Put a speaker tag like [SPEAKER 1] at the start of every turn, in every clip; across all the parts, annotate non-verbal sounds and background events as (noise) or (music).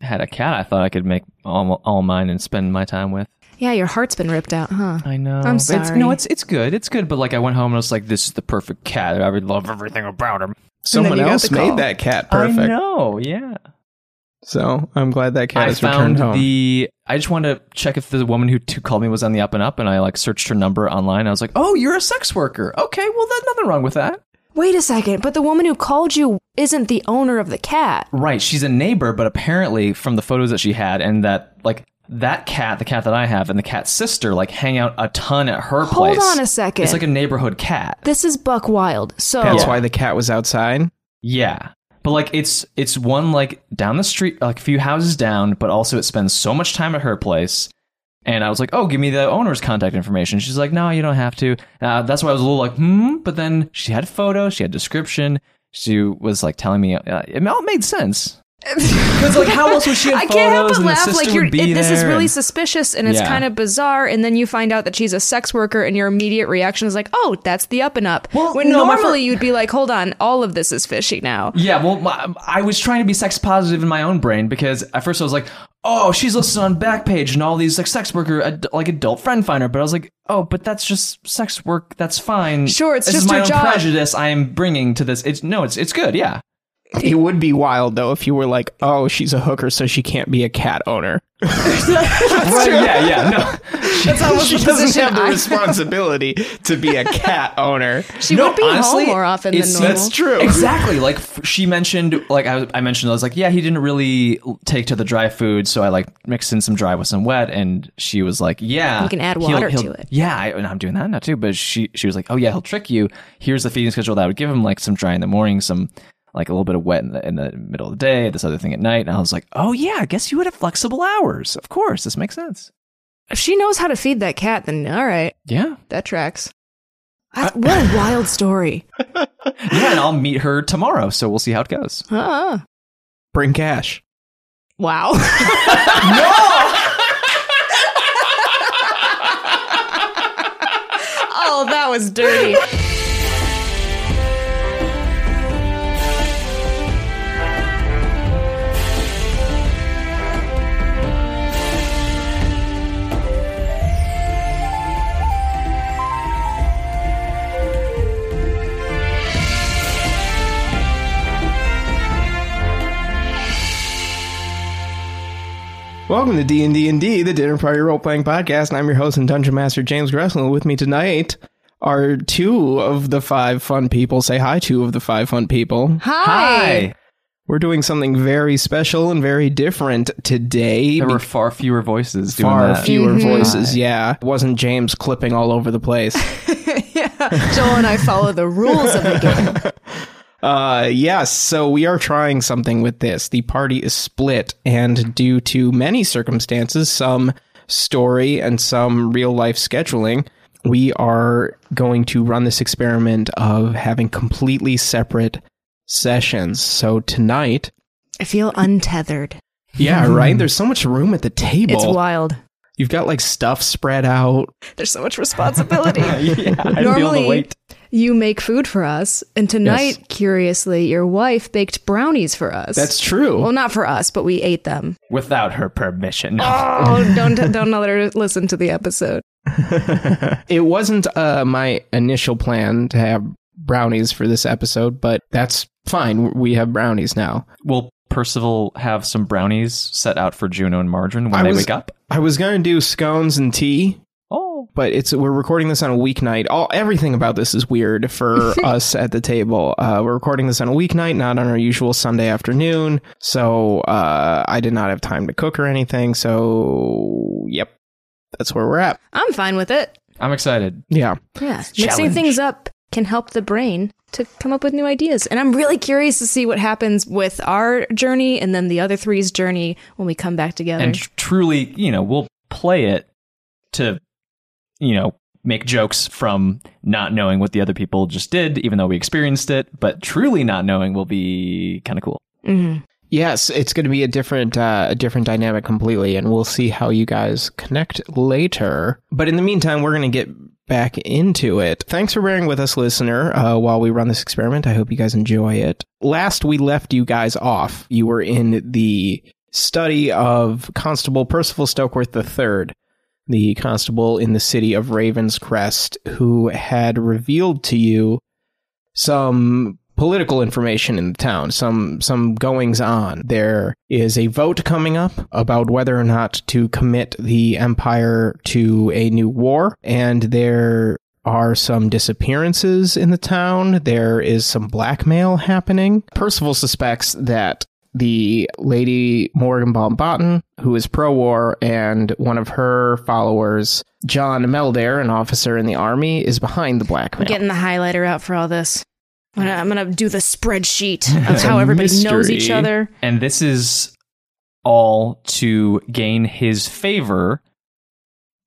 [SPEAKER 1] had a cat I thought I could make all, all mine and spend my time with.
[SPEAKER 2] Yeah, your heart's been ripped out, huh?
[SPEAKER 1] I know.
[SPEAKER 2] I'm
[SPEAKER 1] It's,
[SPEAKER 2] sorry.
[SPEAKER 1] no, it's it's good. It's good. But like, I went home and I was like, "This is the perfect cat. I would love everything about him."
[SPEAKER 2] you
[SPEAKER 3] Someone
[SPEAKER 2] got
[SPEAKER 3] else
[SPEAKER 2] the call.
[SPEAKER 3] made that cat perfect.
[SPEAKER 1] I know. Yeah.
[SPEAKER 3] So I'm glad that cat
[SPEAKER 1] I
[SPEAKER 3] has returned
[SPEAKER 1] found
[SPEAKER 3] home.
[SPEAKER 1] the. I just wanted to check if the woman who t- called me was on the up and up, and I like searched her number online. I was like, "Oh, you're a sex worker. Okay, well, there's nothing wrong with that."
[SPEAKER 2] Wait a second, but the woman who called you isn't the owner of the cat.
[SPEAKER 1] Right. She's a neighbor, but apparently from the photos that she had and that like that cat, the cat that I have, and the cat's sister like hang out a ton at her
[SPEAKER 2] Hold
[SPEAKER 1] place.
[SPEAKER 2] on a second.
[SPEAKER 1] It's like a neighborhood cat.
[SPEAKER 2] This is Buck Wild. So
[SPEAKER 3] That's
[SPEAKER 1] Yeah.
[SPEAKER 3] why the cat was outside.
[SPEAKER 1] Yeah. But like it's it's one like down the street like a few houses down, but also it spends so much time at her place. And I was like, "Oh, give me the owner's contact information." She's like, "No, you don't have to." Uh, that's why I was a little like, "Hmm." But then she had photos, she had description. She was like telling me uh, it all made
[SPEAKER 2] (laughs)
[SPEAKER 1] sense. Because like, how else would she have
[SPEAKER 2] I
[SPEAKER 1] photos
[SPEAKER 2] can't help but
[SPEAKER 1] and the
[SPEAKER 2] laugh.
[SPEAKER 1] sister
[SPEAKER 2] Like you're,
[SPEAKER 1] would be
[SPEAKER 2] it, this is
[SPEAKER 1] there
[SPEAKER 2] really
[SPEAKER 1] and-
[SPEAKER 2] suspicious and it's
[SPEAKER 1] Yeah.
[SPEAKER 2] kind of bizarre. And then you find out that she's a sex worker, and your immediate reaction is like, "Oh, that's the up and up."
[SPEAKER 1] Well,
[SPEAKER 2] when
[SPEAKER 1] no, my fir-
[SPEAKER 2] normally you'd be like, "Hold on, all of this is fishy
[SPEAKER 1] (laughs)
[SPEAKER 2] now."
[SPEAKER 1] Yeah, well, my, I was trying to be sex positive in my own brain because at first I was like, "Oh, she's listed on Backpage and all these like sex worker, ad- like adult friend finder," but I was like, "Oh, but that's just sex work. That's fine.
[SPEAKER 2] Sure, it's
[SPEAKER 1] this
[SPEAKER 2] just
[SPEAKER 1] is my
[SPEAKER 2] her
[SPEAKER 1] own
[SPEAKER 2] job."
[SPEAKER 1] prejudice I am bringing to this. It's no, it's it's good. Yeah,
[SPEAKER 3] It would be wild though if you were like, "Oh, she's a hooker, so she can't be a cat owner." (laughs)
[SPEAKER 1] Right, yeah, yeah.
[SPEAKER 2] (laughs)
[SPEAKER 1] No,
[SPEAKER 2] That's almost
[SPEAKER 3] she
[SPEAKER 2] the
[SPEAKER 3] doesn't
[SPEAKER 2] position
[SPEAKER 3] have the
[SPEAKER 2] I-
[SPEAKER 3] responsibility to be
[SPEAKER 2] (laughs)
[SPEAKER 3] a cat owner.
[SPEAKER 2] She would be
[SPEAKER 1] honestly,
[SPEAKER 2] home more often than
[SPEAKER 1] it's-
[SPEAKER 2] normal.
[SPEAKER 3] That's true.
[SPEAKER 1] exactly. Like f- she mentioned, like I, was- I mentioned, I was like, "Yeah, he didn't really take to the dry food, so I like mixed in some dry with some wet," and she was like, "Yeah,
[SPEAKER 2] You can add
[SPEAKER 1] he'll-
[SPEAKER 2] water
[SPEAKER 1] he'll-
[SPEAKER 2] to it.
[SPEAKER 1] Yeah, I, and I'm doing that now too. But she she was like, "Oh yeah, he'll trick you. Here's the feeding schedule that I would give him: like some dry in the morning, some like a little bit of wet in the in the middle of the day, this other thing at night." And I was like, "Oh yeah, I guess you would have flexible hours. Of course, this makes sense."
[SPEAKER 2] If she knows how to feed that cat, then all right,
[SPEAKER 1] Yeah,
[SPEAKER 2] that tracks. That's, what a wild story.
[SPEAKER 1] yeah, and I'll meet her tomorrow, so we'll see how it goes.
[SPEAKER 2] Huh.
[SPEAKER 3] Bring cash.
[SPEAKER 2] (laughs) Wow. oh, that was dirty.
[SPEAKER 3] Welcome to D and D and D, the Dinner Party Role Playing Podcast. And I'm your host and Dungeon Master James Gresslin. With me tonight are two of the five fun people. Say hi, two of the five fun people.
[SPEAKER 2] Hi.
[SPEAKER 3] We're doing something very special and very different today.
[SPEAKER 1] There were far fewer voices doing
[SPEAKER 3] far
[SPEAKER 1] that.
[SPEAKER 3] (laughs) fewer voices. Yeah, wasn't James clipping all over the (laughs) place?
[SPEAKER 2] yeah. Joel and I follow the rules of the game.
[SPEAKER 3] Uh, yes, so we are trying something with this. The party is split, and due to many circumstances, some story and some real life scheduling, we are going to run this experiment of having completely separate sessions. So tonight,
[SPEAKER 2] I feel untethered.
[SPEAKER 3] yeah, right? (laughs) There's so much room at the table.
[SPEAKER 2] It's wild.
[SPEAKER 3] You've got like stuff spread out.
[SPEAKER 2] There's so much responsibility.
[SPEAKER 1] yeah, (laughs) I'd be able to
[SPEAKER 2] Normally,
[SPEAKER 1] wait.
[SPEAKER 2] (laughs) you make food for us, and tonight, curiously, your wife baked brownies for us.
[SPEAKER 3] That's true.
[SPEAKER 2] well, not for us, but we ate them.
[SPEAKER 1] without her permission.
[SPEAKER 2] Oh, don't don't let her listen to the episode.
[SPEAKER 3] it wasn't uh, my initial plan to have brownies for this episode, but that's fine. We have brownies now.
[SPEAKER 1] Will Percival have some brownies set out for Juno and Margarine when
[SPEAKER 3] I
[SPEAKER 1] they
[SPEAKER 3] was-
[SPEAKER 1] wake up?
[SPEAKER 3] I was gonna do scones and tea,
[SPEAKER 1] Oh,
[SPEAKER 3] but it's we're recording this on a weeknight. All everything about this is weird for (laughs) us at the table. Uh, we're recording this on a weeknight, not on our usual Sunday afternoon. So uh, I did not have time to cook or anything. So yep, that's where we're at.
[SPEAKER 2] I'm fine with it.
[SPEAKER 1] I'm excited.
[SPEAKER 3] Yeah.
[SPEAKER 2] Yeah, mixing things up can help the brain to come up with new ideas. And I'm really curious to see what happens with our journey and then the other three's journey when we come back together.
[SPEAKER 4] and tr- truly, you know, we'll play it to, you know, make jokes from not knowing what the other people just did, even though we experienced it. But truly not knowing will be kind of cool.
[SPEAKER 2] Mhm.
[SPEAKER 3] Yes, it's going to be a different uh, a different dynamic completely, and we'll see how you guys connect later. But in the meantime, we're going to get back into it. Thanks for bearing with us, listener, uh, while we run this experiment. I hope you guys enjoy it. Last we left you guys off, you were in the study of Constable Percival Stokeworth III, the constable in the city of Ravenscrest, who had revealed to you some political information in the town, some some goings on. There is a vote coming up about whether or not to commit the empire to a new war, and there are some disappearances in the town. There is some blackmail happening. Percival suspects that the lady Morgenbaum Botten, who is pro war, and one of her followers, John Meldare, an officer in the army, is behind the
[SPEAKER 2] I'm
[SPEAKER 3] blackmail.
[SPEAKER 2] (laughs) getting the highlighter out for all this. I'm gonna, I'm gonna do the spreadsheet of how everybody knows each
[SPEAKER 3] mystery.
[SPEAKER 2] other.
[SPEAKER 4] And this is all to gain his favor,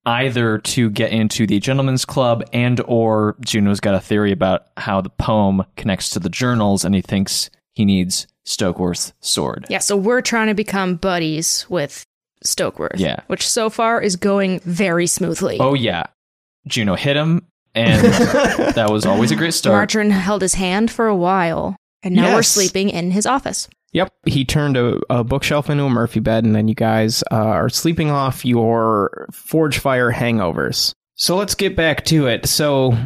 [SPEAKER 4] either to get into the gentleman's club and or Juno's got a theory about how the poem connects to the journals, and he thinks he needs Stokeworth's sword.
[SPEAKER 2] Yeah, so we're trying to become buddies with Stokeworth.
[SPEAKER 4] Yeah.
[SPEAKER 2] Which so far is going very smoothly.
[SPEAKER 4] Oh yeah, Juno hit him, and
[SPEAKER 3] (laughs)
[SPEAKER 4] that was always a great start.
[SPEAKER 2] Martin held his hand for a while, and now we're
[SPEAKER 3] Yes.
[SPEAKER 2] sleeping in his office.
[SPEAKER 3] Yep, he turned a, a bookshelf into a Murphy bed, and then you guys uh, are sleeping off your forge fire hangovers. So let's get back to it. So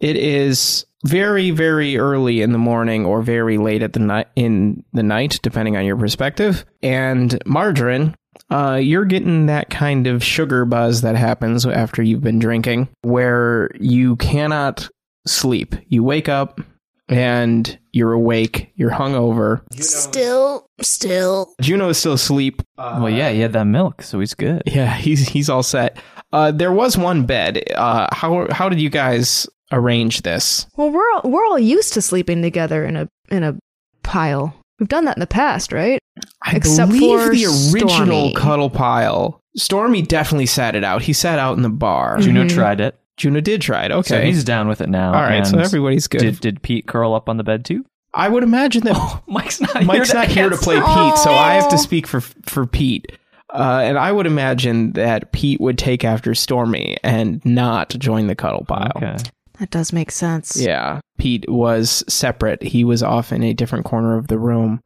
[SPEAKER 3] it is very, very early in the morning, or very late at the night in the night, depending on your perspective. And margarine, uh, you're getting that kind of sugar buzz that happens after you've been drinking, where you cannot sleep. You wake up and you're awake. You're hungover.
[SPEAKER 2] Still, still.
[SPEAKER 3] Juno is still asleep.
[SPEAKER 4] well, yeah, he had that milk, so he's good.
[SPEAKER 3] Yeah, he's he's all set. Uh, there was one bed. Uh, how how did you guys arrange this?
[SPEAKER 2] Well, we're all, we're all used to sleeping together in a in a pile. We've done that in the past, right?
[SPEAKER 3] I
[SPEAKER 2] Except
[SPEAKER 3] believe
[SPEAKER 2] for
[SPEAKER 3] the original
[SPEAKER 2] Stormy.
[SPEAKER 3] cuddle pile. Stormy definitely sat it out. He sat out in the bar.
[SPEAKER 4] Juno tried it,
[SPEAKER 3] Juno did try it. Mm-hmm. Okay,
[SPEAKER 4] so he's down with it now.
[SPEAKER 3] all right. So
[SPEAKER 4] and
[SPEAKER 3] everybody's good.
[SPEAKER 4] Did Oh, did Pete curl up on the bed too?
[SPEAKER 3] I would imagine
[SPEAKER 4] (laughs)
[SPEAKER 3] that
[SPEAKER 4] Mike's not.
[SPEAKER 3] Mike's not here to
[SPEAKER 4] answer.
[SPEAKER 3] play Pete, so I have to speak for for Pete. Uh, and I would imagine that Pete would take after Stormy and not join the cuddle pile.
[SPEAKER 4] Okay.
[SPEAKER 2] That does make sense.
[SPEAKER 3] Yeah, Pete was separate. He was off in a different corner of the room.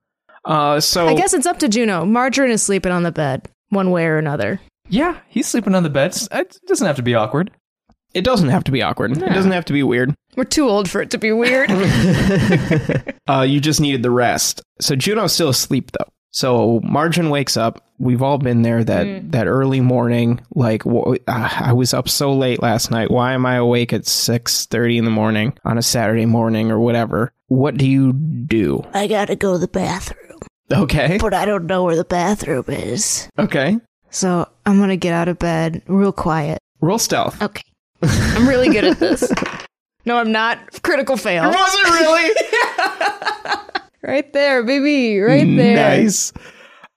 [SPEAKER 3] Uh, so
[SPEAKER 2] I guess it's up to Juno. Margarine is sleeping on the bed, one way or another.
[SPEAKER 4] Yeah, he's sleeping on the bed. It's- It doesn't have to be awkward.
[SPEAKER 3] it doesn't have to be awkward. It doesn't have to
[SPEAKER 2] (laughs)
[SPEAKER 3] be weird. (laughs)
[SPEAKER 2] We're too old for it to be weird.
[SPEAKER 3] Uh, you just needed the rest. So Juno's still asleep though. So Margin wakes up. We've all been there that
[SPEAKER 2] Mm.
[SPEAKER 3] that early morning. Like wh- uh, I was up so late last night. Why am I awake at six thirty in the morning on a Saturday morning or whatever? What do you do?
[SPEAKER 5] I gotta go to the bathroom,
[SPEAKER 3] Okay,
[SPEAKER 5] but I don't know where the bathroom is.
[SPEAKER 3] okay.
[SPEAKER 2] so I'm gonna get out of bed real quiet.
[SPEAKER 3] Roll stealth.
[SPEAKER 2] Okay. I'm really good at this. (laughs) No, I'm not. Critical fail.
[SPEAKER 3] Was it really?
[SPEAKER 2] Right there, baby. Right there.
[SPEAKER 3] Nice.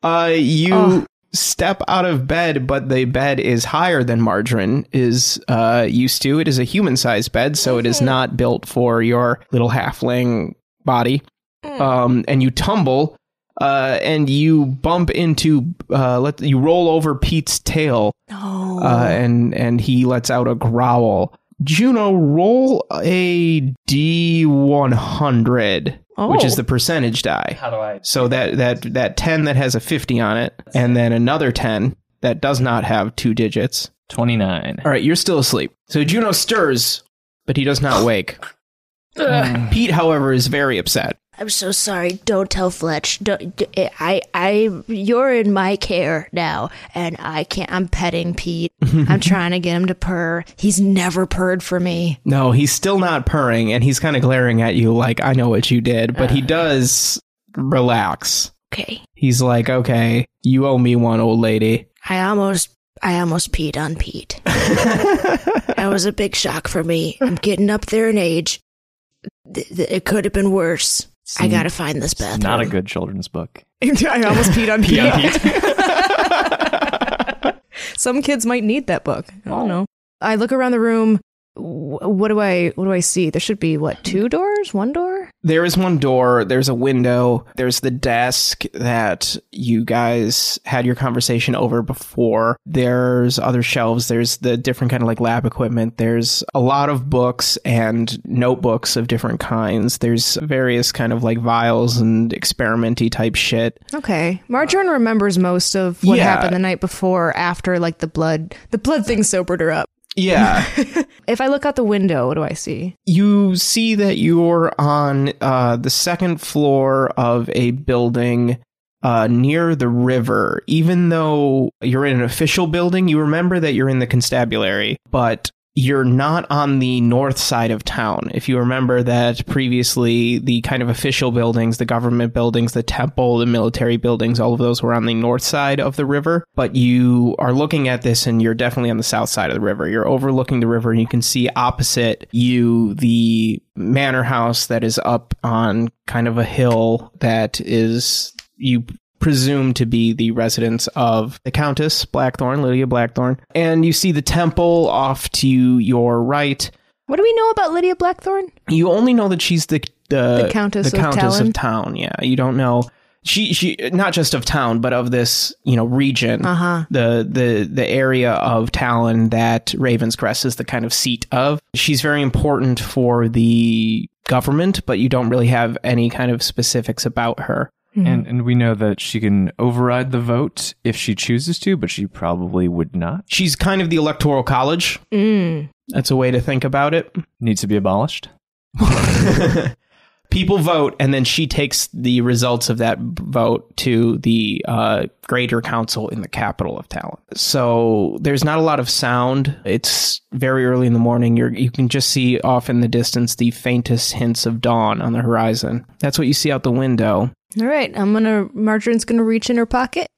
[SPEAKER 3] Uh, you
[SPEAKER 2] Oh.
[SPEAKER 3] step out of bed, but the bed is higher than Margarine is uh, used to. It is a human sized bed, so it is
[SPEAKER 2] Mm-hmm.
[SPEAKER 3] not built for your little halfling body.
[SPEAKER 2] Mm.
[SPEAKER 3] Um, and you tumble. Uh, and you bump into uh, let you roll over Pete's tail,
[SPEAKER 5] No.
[SPEAKER 3] uh, and and he lets out a growl. Juno, roll a d one hundred, which is
[SPEAKER 2] Oh.
[SPEAKER 3] the percentage die.
[SPEAKER 4] How do I?
[SPEAKER 3] So that that that 10 that has a 50 on it and then another 10 that does not have two digits.
[SPEAKER 4] Twenty nine.
[SPEAKER 3] All right, you're still asleep. So Juno stirs, but he does not wake. Pete, however, is very upset.
[SPEAKER 5] I'm so sorry. Don't tell Fletch. Don't, d- eh, I, I, you're in my care now, and I can't. I'm petting
[SPEAKER 2] (laughs)
[SPEAKER 5] Pete.
[SPEAKER 2] I'm trying to get him to purr. He's never purred for me.
[SPEAKER 3] No, he's still not purring and he's kind of glaring at you like I know what you did, but he does relax.
[SPEAKER 5] Okay,
[SPEAKER 3] He's like, "Okay, you owe me one, old lady."
[SPEAKER 5] I almost, I almost peed on
[SPEAKER 2] (laughs)
[SPEAKER 5] Pete. that was a big shock for me. I'm getting up there in age. th- th- it could have been worse. I gotta find this bathroom.
[SPEAKER 4] Not a good children's book.
[SPEAKER 2] I
[SPEAKER 3] (laughs)
[SPEAKER 2] almost (laughs) peed on
[SPEAKER 5] (laughs)
[SPEAKER 2] Pete. Some kids might need that book. I don't know. I look around the room. Wh- What do I what do I see? There should be what two doors, one door.
[SPEAKER 3] There is one door, there's a window, there's the desk that you guys had your conversation over before. There's other shelves, there's the different kind of like lab equipment, there's a lot of books and notebooks of different kinds. There's various kind of like vials and experimenty type shit.
[SPEAKER 2] Okay, Marjorie remembers most of what
[SPEAKER 3] Yeah.
[SPEAKER 2] happened the night before. After like the blood, the blood thing sobered her up.
[SPEAKER 3] Yeah.
[SPEAKER 2] If I look out the window, what do I see?
[SPEAKER 3] you see that you're on uh, the second floor of a building uh, near the river. Even though you're in an official building, you remember that you're in the constabulary, but you're not on the north side of town. If you remember that previously, the kind of official buildings, the government buildings, the temple, the military buildings, all of those were on the north side of the river. But you are looking at this and you're definitely on the south side of the river. You're overlooking the river and you can see opposite you the manor house that is up on kind of a hill that is, you presumed to be the residence of the Countess Blackthorn, Lydia Blackthorn. And you see the temple off to your right.
[SPEAKER 2] What do we know about Lydia Blackthorn?
[SPEAKER 3] You only know that she's the the,
[SPEAKER 2] The Countess
[SPEAKER 3] the
[SPEAKER 2] of
[SPEAKER 3] Countess
[SPEAKER 2] Talon?
[SPEAKER 3] of Town. Yeah, you don't know she she not just of town, but of this you know region, uh-huh. the the the area of Talon that Ravenscrest is the kind of seat of. She's very important for the government, but you don't really have any kind of specifics about her.
[SPEAKER 5] Hmm.
[SPEAKER 4] And and we know that she can override the vote if she chooses to, but she probably would not.
[SPEAKER 3] She's kind of the electoral college.
[SPEAKER 2] Mm.
[SPEAKER 3] That's a way to think about it.
[SPEAKER 4] Needs to be abolished.
[SPEAKER 3] (laughs) People vote, and then she takes the results of that vote to the uh, greater council in the capital of Talon. So there's not a lot of sound. It's very early in the morning. You're, you can just see off in the distance the faintest hints of dawn on the horizon. That's what you see out the window.
[SPEAKER 2] All right, I'm gonna. Marjorie's gonna reach in her pocket.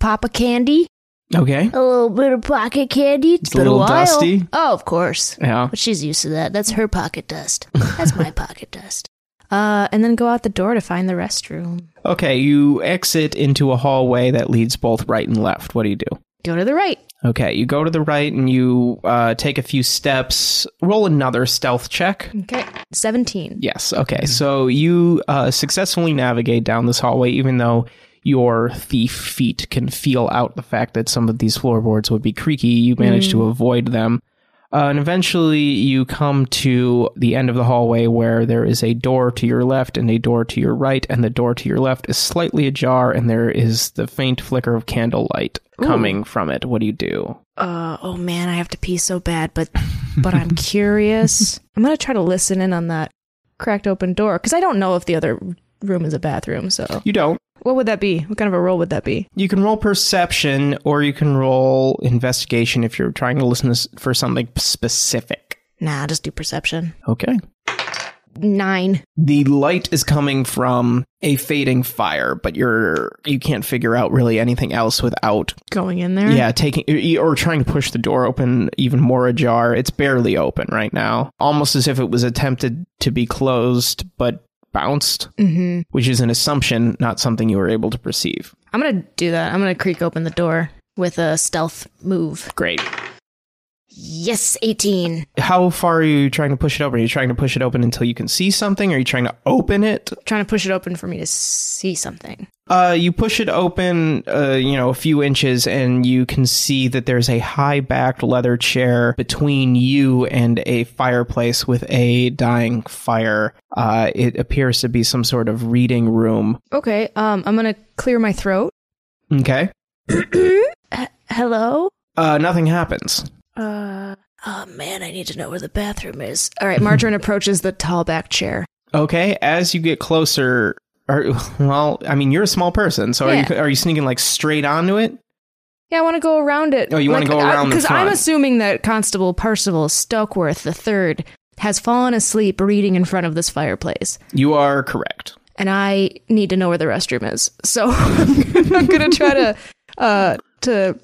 [SPEAKER 5] Papa candy,
[SPEAKER 3] Okay.
[SPEAKER 5] a little bit of pocket candy.
[SPEAKER 3] It's a
[SPEAKER 5] been
[SPEAKER 3] little
[SPEAKER 5] while.
[SPEAKER 3] dusty.
[SPEAKER 5] Oh, of course.
[SPEAKER 3] Yeah.
[SPEAKER 5] But she's used to that. That's her pocket dust. That's my pocket dust.
[SPEAKER 2] Uh, and then go out the door to find the restroom.
[SPEAKER 3] Okay. You exit into a hallway that leads both right and left. What do you do?
[SPEAKER 2] Go to the right.
[SPEAKER 3] Okay, you go to the right and you uh, take a few steps. Roll another stealth check.
[SPEAKER 2] Okay, seventeen.
[SPEAKER 3] Yes, okay. So you uh, successfully navigate down this hallway, even though your thief feet can feel out the fact that some of these floorboards would be creaky. You manage to avoid them. Uh, and eventually you come to the end of the hallway where there is a door to your left and a door to your right, and the door to your left is slightly ajar, and there is the faint flicker of candlelight coming from it. What do you do?
[SPEAKER 2] uh, oh man, I have to pee so bad, but but I'm curious. I'm gonna try to listen in on that cracked open door because I don't know if the other room is a bathroom. So
[SPEAKER 3] You don't.
[SPEAKER 2] what would that be? What kind of a role would that be?
[SPEAKER 3] You can roll perception or you can roll investigation if you're trying to listen to s- for something specific.
[SPEAKER 5] Nah, just do perception.
[SPEAKER 3] Okay.
[SPEAKER 5] Nine.
[SPEAKER 3] The light is coming from a fading fire, but you're you can't figure out really anything else without
[SPEAKER 2] Going in there?
[SPEAKER 3] yeah, taking y- or trying to push the door open even more ajar. It's barely open right now. Almost as if it was attempted to be closed but bounced,
[SPEAKER 2] Mm-hmm.
[SPEAKER 3] which is an assumption, not something you were able to perceive.
[SPEAKER 5] I'm gonna do that. I'm gonna creak open the door with a stealth move.
[SPEAKER 3] Great.
[SPEAKER 5] Yes, 18.
[SPEAKER 3] how far are you trying to push it open? Are you trying to push it open until you can see something? Are you trying to open it?
[SPEAKER 5] Trying to push it open for me to see something.
[SPEAKER 3] Uh, you push it open, uh, you know, a few inches, and you can see that there's a high backed leather chair between you and a fireplace with a dying fire. Uh, it appears to be some sort of reading room.
[SPEAKER 2] Okay. Um, I'm gonna clear my throat.
[SPEAKER 3] Okay.
[SPEAKER 5] Hello?
[SPEAKER 3] Uh, nothing happens.
[SPEAKER 5] Uh, oh man, I need to know where the bathroom is.
[SPEAKER 2] All right.
[SPEAKER 5] (laughs)
[SPEAKER 2] Margarine (laughs) approaches the tall back chair.
[SPEAKER 3] Okay. As you get closer, are, (laughs) well, I mean, you're a small person, so are you are you sneaking like straight onto it?
[SPEAKER 2] Yeah, I want to go around it.
[SPEAKER 3] Oh, you wanna go around the
[SPEAKER 2] Because I'm
[SPEAKER 3] front.
[SPEAKER 2] assuming that Constable Percival Stokeworth III has fallen asleep reading in front of this fireplace.
[SPEAKER 3] You are correct.
[SPEAKER 2] and I need to know where the restroom is. So (laughs) I'm gonna try to uh to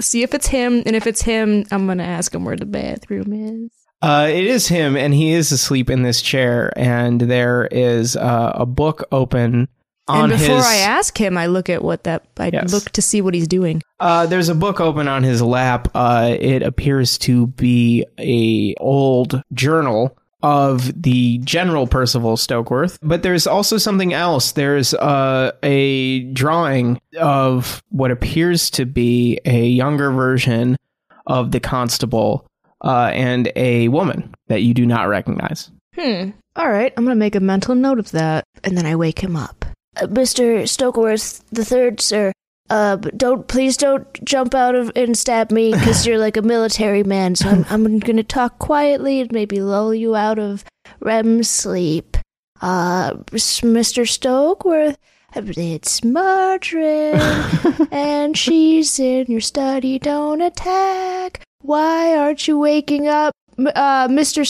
[SPEAKER 2] see if it's him, and if it's him, I'm gonna ask him where the bathroom is.
[SPEAKER 3] Uh, it is him, and he is asleep in this chair, and there is uh, a book open on
[SPEAKER 2] and before
[SPEAKER 3] his.
[SPEAKER 2] I ask him, I look at what that I
[SPEAKER 3] Yes.
[SPEAKER 2] look to see what he's doing.
[SPEAKER 3] uh, there's a book open on his lap. Uh, it appears to be a old journal of the General Percival Stokeworth, but there's also something else. There's uh, a drawing of what appears to be a younger version of the Constable uh, and a woman that you do not recognize.
[SPEAKER 2] Hmm. All right, I'm gonna make a mental note of that, and then I wake him up.
[SPEAKER 5] Uh, Mr. Stokeworth the Third, sir. Uh, but don't please don't jump out of and stab me because you're like a military man. So I'm I'm gonna talk quietly and maybe lull you out of REM sleep. Uh, s- Mr. Stokeworth, it's
[SPEAKER 2] (laughs)
[SPEAKER 5] Marjorie, and she's in your study. Don't attack. Why aren't you waking up, M- uh, Mr.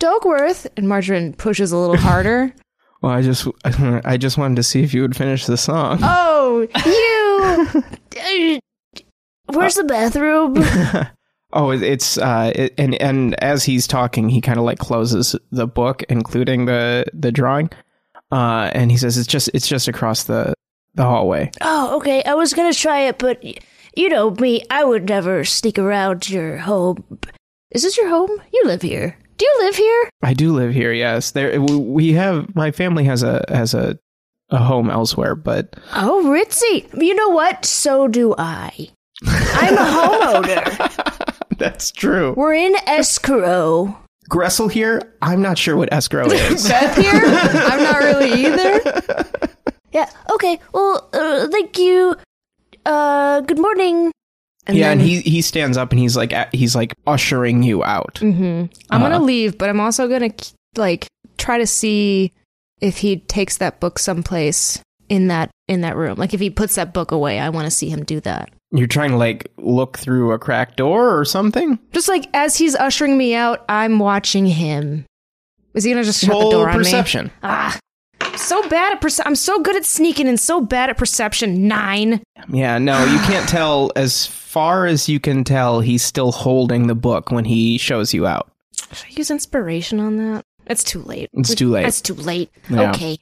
[SPEAKER 5] Stokeworth?
[SPEAKER 2] And Margarine pushes a little
[SPEAKER 3] (laughs)
[SPEAKER 2] harder.
[SPEAKER 3] Well, I just I just wanted to see if you would finish the song.
[SPEAKER 5] Oh, you. Where's the bathroom?
[SPEAKER 3] Oh, it- it's uh, it, and and as he's talking, he kind of like closes the book, including the the drawing, uh, and he says it's just it's just across the the hallway.
[SPEAKER 5] Oh, okay. I was gonna try it, but y- you know me, I would never sneak around your home. Is this your home? You live here. Do you live here?
[SPEAKER 3] I do live here. Yes, there we- we have my family has a has a a home elsewhere, but (laughs)
[SPEAKER 5] Oh, Ritzy. You know what? So do I. I'm a homeowner.
[SPEAKER 3] that's true.
[SPEAKER 5] We're in escrow.
[SPEAKER 3] Gressel here. I'm not sure what escrow
[SPEAKER 5] (laughs)
[SPEAKER 3] is.
[SPEAKER 2] Beth here? I'm not really either.
[SPEAKER 5] Yeah. Okay. Well, uh, thank you. Uh, good morning.
[SPEAKER 3] yeah, and he he stands up and he's like a- he's like ushering you out.
[SPEAKER 2] Mm-hmm. I'm
[SPEAKER 3] Uh-huh.
[SPEAKER 2] gonna leave, but I'm also gonna like try to see if he takes that book someplace in that in that room. Like if he puts that book away, I want to see him do that.
[SPEAKER 3] You're trying to like look through a cracked door or something.
[SPEAKER 2] Just like as he's ushering me out, I'm watching him. Is he gonna just shut
[SPEAKER 3] Roll
[SPEAKER 2] the door on
[SPEAKER 3] perception.
[SPEAKER 2] me? Ah, so bad at perce- I'm so good at sneaking and so bad at perception. Nine.
[SPEAKER 3] Yeah, no, you can't tell. As far as you can tell, he's still holding the book when he shows you out.
[SPEAKER 2] Should I use inspiration on that? It's too late.
[SPEAKER 3] It's
[SPEAKER 2] We-
[SPEAKER 3] too late.
[SPEAKER 2] It's too late.
[SPEAKER 3] Yeah.
[SPEAKER 2] Okay.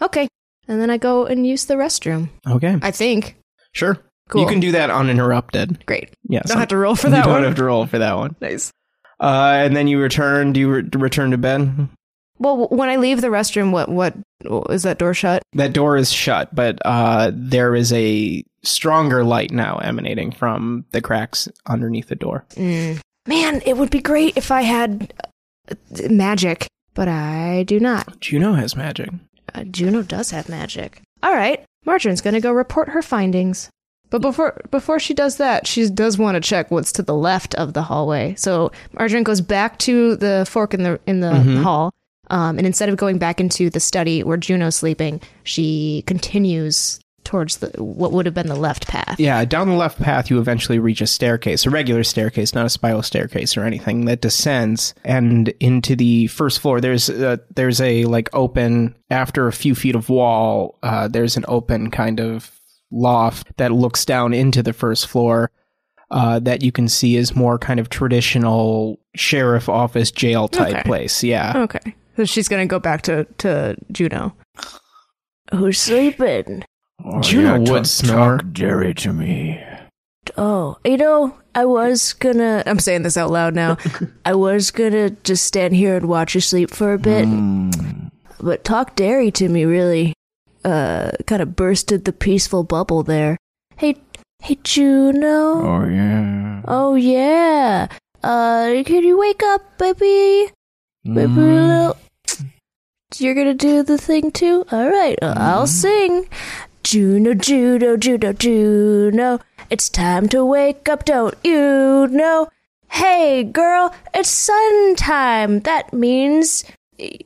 [SPEAKER 2] Okay. And then I go and use the restroom.
[SPEAKER 3] Okay,
[SPEAKER 2] I think.
[SPEAKER 3] sure.
[SPEAKER 2] Cool.
[SPEAKER 3] You can do that uninterrupted.
[SPEAKER 2] Great.
[SPEAKER 3] Yes,
[SPEAKER 2] Don't have to roll for
[SPEAKER 3] you
[SPEAKER 2] that
[SPEAKER 3] don't
[SPEAKER 2] one.
[SPEAKER 3] have to roll for that one.
[SPEAKER 2] Nice.
[SPEAKER 3] Uh, and then you return. Do you re- return to bed?
[SPEAKER 2] Well, w- when I leave the restroom, what what is that door shut?
[SPEAKER 3] That door is shut, but uh, there is a stronger light now emanating from the cracks underneath the door.
[SPEAKER 2] Man, it would be great if I had uh, th- magic, but I do not.
[SPEAKER 3] Juno has magic.
[SPEAKER 2] Uh, Juno does have magic. All right, Marjorie's going to go report her findings. But before before she does that, she does want to check what's to the left of the hallway. So Marjorie goes back to the fork in the in the hall, um, and instead of going back into the study where Juno's sleeping, she continues towards the what would have been the left path.
[SPEAKER 3] Yeah, down the left path, you eventually reach a staircase, a regular staircase, not a spiral staircase or anything that descends and into the first floor. There's a, there's a like open after a few feet of wall. Uh, there's an open kind of loft that looks down into the first floor. Uh, that you can see is more kind of traditional sheriff office jail type
[SPEAKER 2] Okay.
[SPEAKER 3] place. Yeah.
[SPEAKER 2] Okay. So she's going to go back to, to Juno.
[SPEAKER 5] Who's sleeping?
[SPEAKER 1] Oh,
[SPEAKER 3] Juno would snore.
[SPEAKER 1] Jerry to me.
[SPEAKER 5] Oh, you know, I was gonna.
[SPEAKER 2] I'm saying this out loud (laughs) now.
[SPEAKER 5] I was gonna just stand here and watch you sleep for a bit,
[SPEAKER 1] Mm. Hmm.
[SPEAKER 5] but talk dairy to me really, uh, kind of bursted the peaceful bubble there. Hey, hey, Juno.
[SPEAKER 1] Oh yeah.
[SPEAKER 5] Oh yeah. Uh, can you wake up, baby? Baby,
[SPEAKER 1] Hmm. Mm.
[SPEAKER 5] little. You're gonna do the thing too. All right, uh, I'll
[SPEAKER 1] Mm.
[SPEAKER 5] sing. Juno, Juno, Juno, Juno. It's time to wake up, don't you know? Hey, girl, it's sun time. That means.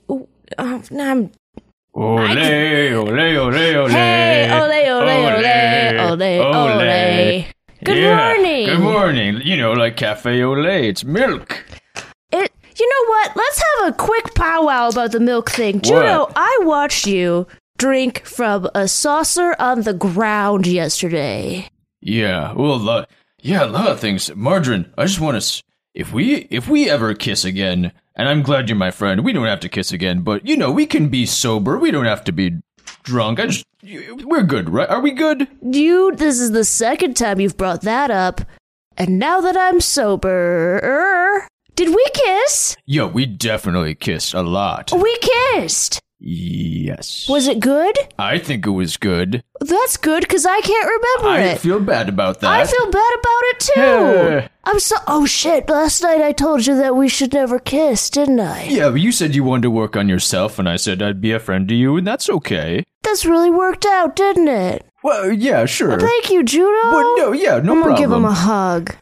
[SPEAKER 5] Uh, I'm
[SPEAKER 1] Ole, ole, ole, ole.
[SPEAKER 5] Hey, ole, ole, ole, ole, ole. Good
[SPEAKER 1] Yeah,
[SPEAKER 5] morning.
[SPEAKER 1] Good morning. You know, like cafe ole, it's milk.
[SPEAKER 5] It, you know what? Let's have a quick powwow about the milk thing. Juno, I watched you drink from a saucer on the ground yesterday.
[SPEAKER 1] Yeah. Well, lo- yeah, a lot of things. Margarine, I just want to. S- If we if we ever kiss again, and I'm glad you're my friend, we don't have to kiss again, but you know, we can be sober. We don't have to be drunk. I just you- we're good, right? Are we good?
[SPEAKER 5] You, this is the second time you've brought that up. And now that I'm sober, did we kiss?
[SPEAKER 1] Yo, we definitely kissed a lot.
[SPEAKER 5] We kissed.
[SPEAKER 1] Yes.
[SPEAKER 5] Was it good?
[SPEAKER 1] I think it was good.
[SPEAKER 5] That's good because I can't remember
[SPEAKER 1] I
[SPEAKER 5] it.
[SPEAKER 1] feel bad about that.
[SPEAKER 5] I feel bad about it too.
[SPEAKER 1] Yeah.
[SPEAKER 5] I'm so. Oh shit! Last night I told you that we should never kiss, didn't I?
[SPEAKER 1] Yeah, but you said you wanted to work on yourself, and I said I'd be a friend to you, and that's okay.
[SPEAKER 5] That's really worked out, didn't it?
[SPEAKER 1] Well, yeah, sure.
[SPEAKER 5] Thank you, Juno.
[SPEAKER 1] Well, no, yeah, no
[SPEAKER 5] I'm
[SPEAKER 1] problem.
[SPEAKER 5] gonna give him a
[SPEAKER 1] (laughs)
[SPEAKER 5] hug.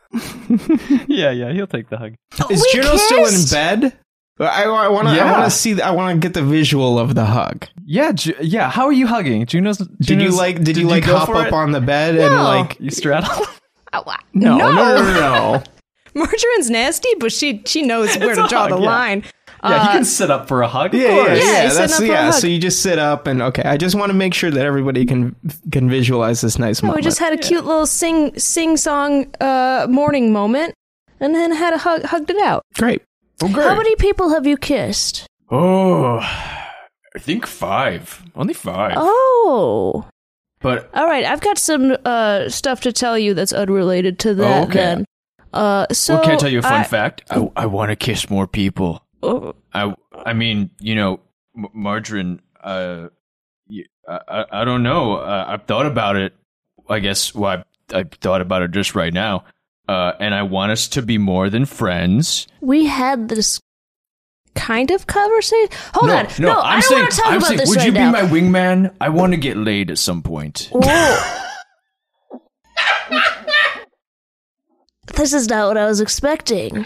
[SPEAKER 4] Yeah, yeah, he'll take the hug.
[SPEAKER 3] Is
[SPEAKER 5] We
[SPEAKER 3] Juno still in
[SPEAKER 5] kissed!
[SPEAKER 3] bed? I, I want to. I
[SPEAKER 4] Yeah.
[SPEAKER 3] want to see. I want to get the visual of the hug.
[SPEAKER 4] Yeah, Ju- yeah. How are you hugging? Juno's.
[SPEAKER 3] Did you like? Did, you like hop up
[SPEAKER 4] (laughs)
[SPEAKER 3] on the bed and
[SPEAKER 2] No.
[SPEAKER 3] like?
[SPEAKER 5] (laughs)
[SPEAKER 4] You straddle.
[SPEAKER 5] Oh,
[SPEAKER 3] No, no, no, no. (laughs)
[SPEAKER 2] (laughs)
[SPEAKER 3] no.
[SPEAKER 2] Margarine's nasty, but she she knows where to
[SPEAKER 4] a
[SPEAKER 2] draw
[SPEAKER 4] hug,
[SPEAKER 2] the
[SPEAKER 4] yeah.
[SPEAKER 2] line.
[SPEAKER 4] yeah, he
[SPEAKER 2] Uh,
[SPEAKER 4] can sit up for a hug. of
[SPEAKER 3] yeah, yeah,
[SPEAKER 4] course.
[SPEAKER 3] yeah.
[SPEAKER 2] Yeah, you sit
[SPEAKER 3] that's
[SPEAKER 2] up for a
[SPEAKER 3] yeah.
[SPEAKER 2] hug.
[SPEAKER 3] So you just sit up and okay. I just want to make sure that everybody can can visualize this nice
[SPEAKER 2] we
[SPEAKER 3] moment.
[SPEAKER 2] just had a cute little sing sing song uh, morning moment, and then had a hug hugged it out.
[SPEAKER 3] Great.
[SPEAKER 1] Well, great.
[SPEAKER 5] How many people have you kissed?
[SPEAKER 1] Oh, I think five. Only five.
[SPEAKER 5] Oh,
[SPEAKER 1] But
[SPEAKER 5] all right. I've got some uh, stuff to tell you that's unrelated to that.
[SPEAKER 1] okay.
[SPEAKER 5] Then, uh, so
[SPEAKER 1] well, can I tell you a fun
[SPEAKER 5] I-
[SPEAKER 1] fact? I, I want to kiss more people.
[SPEAKER 5] Oh,
[SPEAKER 1] I I mean, you know, M- Margarine. Uh, y- I, I I don't know. Uh, I've thought about it. I guess. Well, I, I thought about it just right now. Uh, and I want us to be more than friends.
[SPEAKER 5] we had this kind of conversation. Hold
[SPEAKER 1] no,
[SPEAKER 5] on.
[SPEAKER 1] No,
[SPEAKER 5] No,
[SPEAKER 1] I'm
[SPEAKER 5] I don't
[SPEAKER 1] saying,
[SPEAKER 5] want to talk
[SPEAKER 1] I'm
[SPEAKER 5] about
[SPEAKER 1] saying,
[SPEAKER 5] this
[SPEAKER 1] Would
[SPEAKER 5] right
[SPEAKER 1] you
[SPEAKER 5] now.
[SPEAKER 1] be my wingman? I want to get laid at some point. (laughs)
[SPEAKER 5] this is not what I was expecting.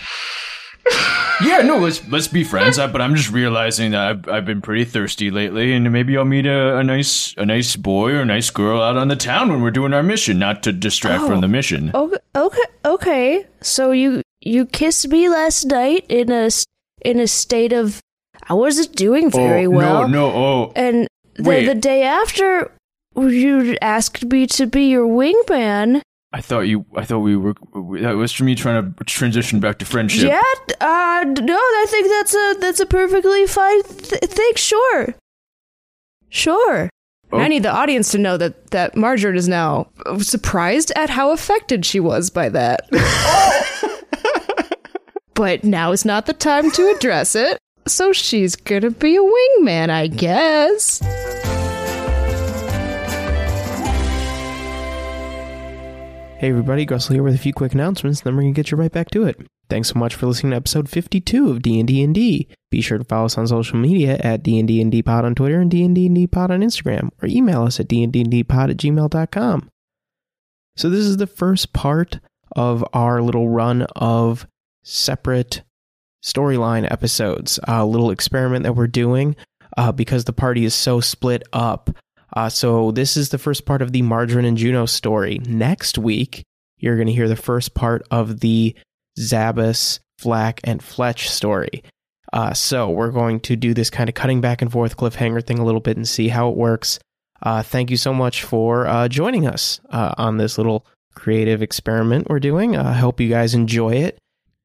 [SPEAKER 1] yeah, no, let's let's be (laughs) friends. I, but I'm just realizing that I've I've been pretty thirsty lately, and maybe I'll meet a, a nice a nice boy or a nice girl out on the town when we're doing our mission. Not to distract
[SPEAKER 5] Oh.
[SPEAKER 1] from the mission.
[SPEAKER 5] Okay, okay, okay. So you you kissed me last night in a s- in a state of I wasn't doing very
[SPEAKER 1] oh,
[SPEAKER 5] well. Eh.
[SPEAKER 1] No, no, oh,
[SPEAKER 5] And the,
[SPEAKER 1] Wait.
[SPEAKER 5] the day after, you asked me to be your wingman.
[SPEAKER 1] I thought you. I thought we were. That was for me trying to transition back to friendship.
[SPEAKER 5] Yeah. Uh, no, I think that's a that's a perfectly fine th- thing. Sure, sure.
[SPEAKER 1] Oh.
[SPEAKER 2] I need the audience to know that that Marjorie is now uh, surprised at how affected she was by that. but now is not the time to address it. So she's gonna be a wingman, I guess.
[SPEAKER 3] Hey everybody, Grustle here with a few quick announcements, then we're gonna get you right back to it. Thanks so much for listening to episode 52 of D&D&D. Be sure to follow us on social media at D&D&D Pod on Twitter and D&D&D Pod on Instagram, or email us at dnddpod at gmail.com. So this is the first part of our little run of separate storyline episodes, a little experiment that we're doing uh, because the party is so split up. Uh, so this is the first part of the Margarine and Juno story. Next week, you're going to hear the first part of the Zabas, Flack, and Fletch story. Uh, so we're going to do this kind of cutting back and forth cliffhanger thing a little bit and see how it works. Uh, thank you so much for uh, joining us uh, on this little creative experiment we're doing. I uh, hope you guys enjoy it.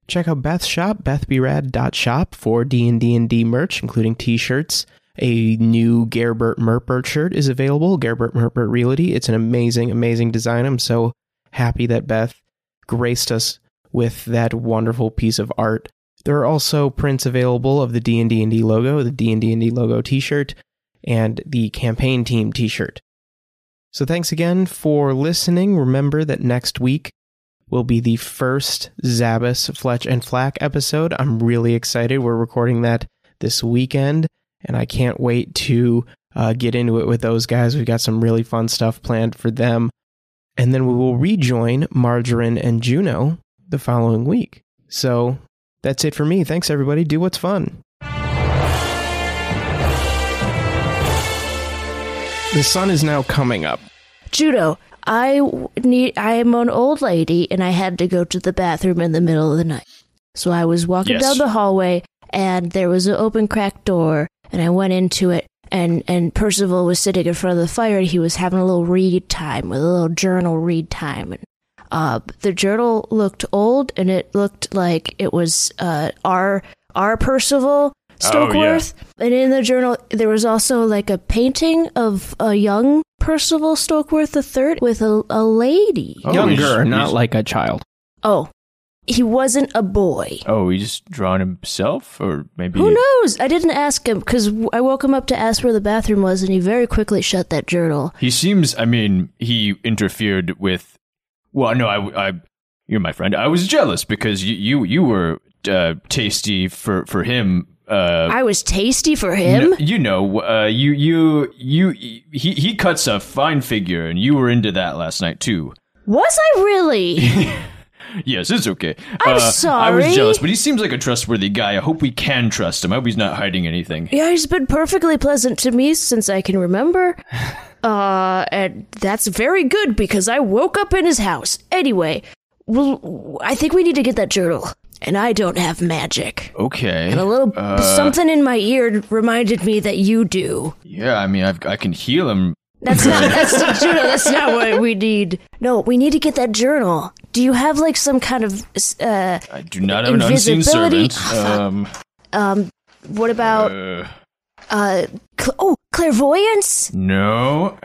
[SPEAKER 3] Check out Beth's shop, bethbrad.shop for D&D and D merch, including t-shirts. A new Gerbert Merpert shirt is available, Gerbert Merpert Realty. It's an amazing, amazing design. I'm so happy that Beth graced us with that wonderful piece of art. There are also prints available of the D&D and D logo, the D&D and D logo t-shirt, and the campaign team t-shirt. So thanks again for listening. Remember that next week will be the first Zabas, Fletch, and Flack episode. I'm really excited. We're recording that this weekend, and I can't wait to uh, get into it with those guys. We've got some really fun stuff planned for them. And then we will rejoin Margarine and Juno the following week. So that's it for me. Thanks, everybody. Do what's fun. The sun is now coming up.
[SPEAKER 5] Judo, I w- need. I am an old lady, and I had to go to the bathroom in the middle of the night. So I was walking
[SPEAKER 1] Yes.
[SPEAKER 5] down the hallway, and there was an open crack door, and I went into it. And and Percival was sitting in front of the fire, and he was having a little read time, with a little journal read time. And Uh, the journal looked old, and it looked like it was uh, our our Percival
[SPEAKER 1] Oh,
[SPEAKER 5] Stokeworth. And in the journal, there was also like a painting of a young Percival Stokeworth III with a, a lady.
[SPEAKER 1] Oh,
[SPEAKER 3] Younger,
[SPEAKER 1] he's-
[SPEAKER 3] not
[SPEAKER 1] he's-
[SPEAKER 3] like a child.
[SPEAKER 5] Oh, he wasn't a boy.
[SPEAKER 1] Oh, he just drawn himself, or maybe
[SPEAKER 5] Who knows? I didn't ask him because I woke him up to ask where the bathroom was, and he very quickly shut that journal.
[SPEAKER 1] he seems. I mean, he interfered with. Well, no, I, I you're my friend. I was jealous because you, you, you were uh, tasty for for him. Uh,
[SPEAKER 5] I was tasty for
[SPEAKER 1] n-
[SPEAKER 5] him.
[SPEAKER 1] you know, uh, you, you, you, he, he cuts a fine figure, and you were into that last night too.
[SPEAKER 5] Was I really?
[SPEAKER 1] Yes, it's okay. Uh,
[SPEAKER 5] I'm
[SPEAKER 1] I
[SPEAKER 5] sorry.
[SPEAKER 1] was jealous, but he seems like a trustworthy guy. I hope we can trust him. I hope he's not hiding anything.
[SPEAKER 5] yeah, he's been perfectly pleasant to me since I
[SPEAKER 1] (laughs)
[SPEAKER 5] can remember. Uh, and that's very good because I woke up in his house. Anyway, well, I think we need to get that journal, and I don't have magic.
[SPEAKER 1] Okay.
[SPEAKER 5] And a little
[SPEAKER 1] Uh,
[SPEAKER 5] something in my ear reminded me that you do.
[SPEAKER 1] Yeah, I mean, I've, I can heal him.
[SPEAKER 5] That's not that's
[SPEAKER 1] (laughs)
[SPEAKER 5] not, Juno, that's not what we need. No, we need to get that journal. Do you have like some kind of uh
[SPEAKER 1] I do not have an unseen
[SPEAKER 5] Invisibility.
[SPEAKER 1] servant. Um,
[SPEAKER 5] (laughs) um what about
[SPEAKER 1] uh,
[SPEAKER 5] uh cl- oh, clairvoyance?
[SPEAKER 1] no,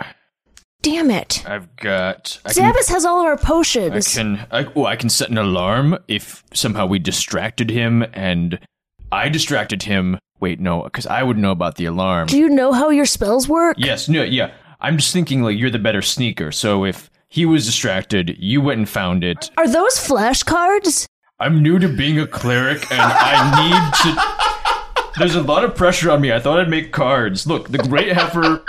[SPEAKER 5] Damn it.
[SPEAKER 1] I've got. I can.
[SPEAKER 5] Zabas has all of our
[SPEAKER 1] I
[SPEAKER 5] potions.
[SPEAKER 1] can. I, oh, I can set an alarm if somehow we distracted him and I distracted him. Wait, no, because I would know about the alarm.
[SPEAKER 5] Do you know how your spells work?
[SPEAKER 1] Yes, no, yeah. I'm just thinking like you're the better sneaker. So if he was distracted, you went and found it.
[SPEAKER 5] Are those flashcards?
[SPEAKER 1] I'm new to being a cleric and I need to There's a lot of pressure on me. I thought I'd make cards. Look, the great heifer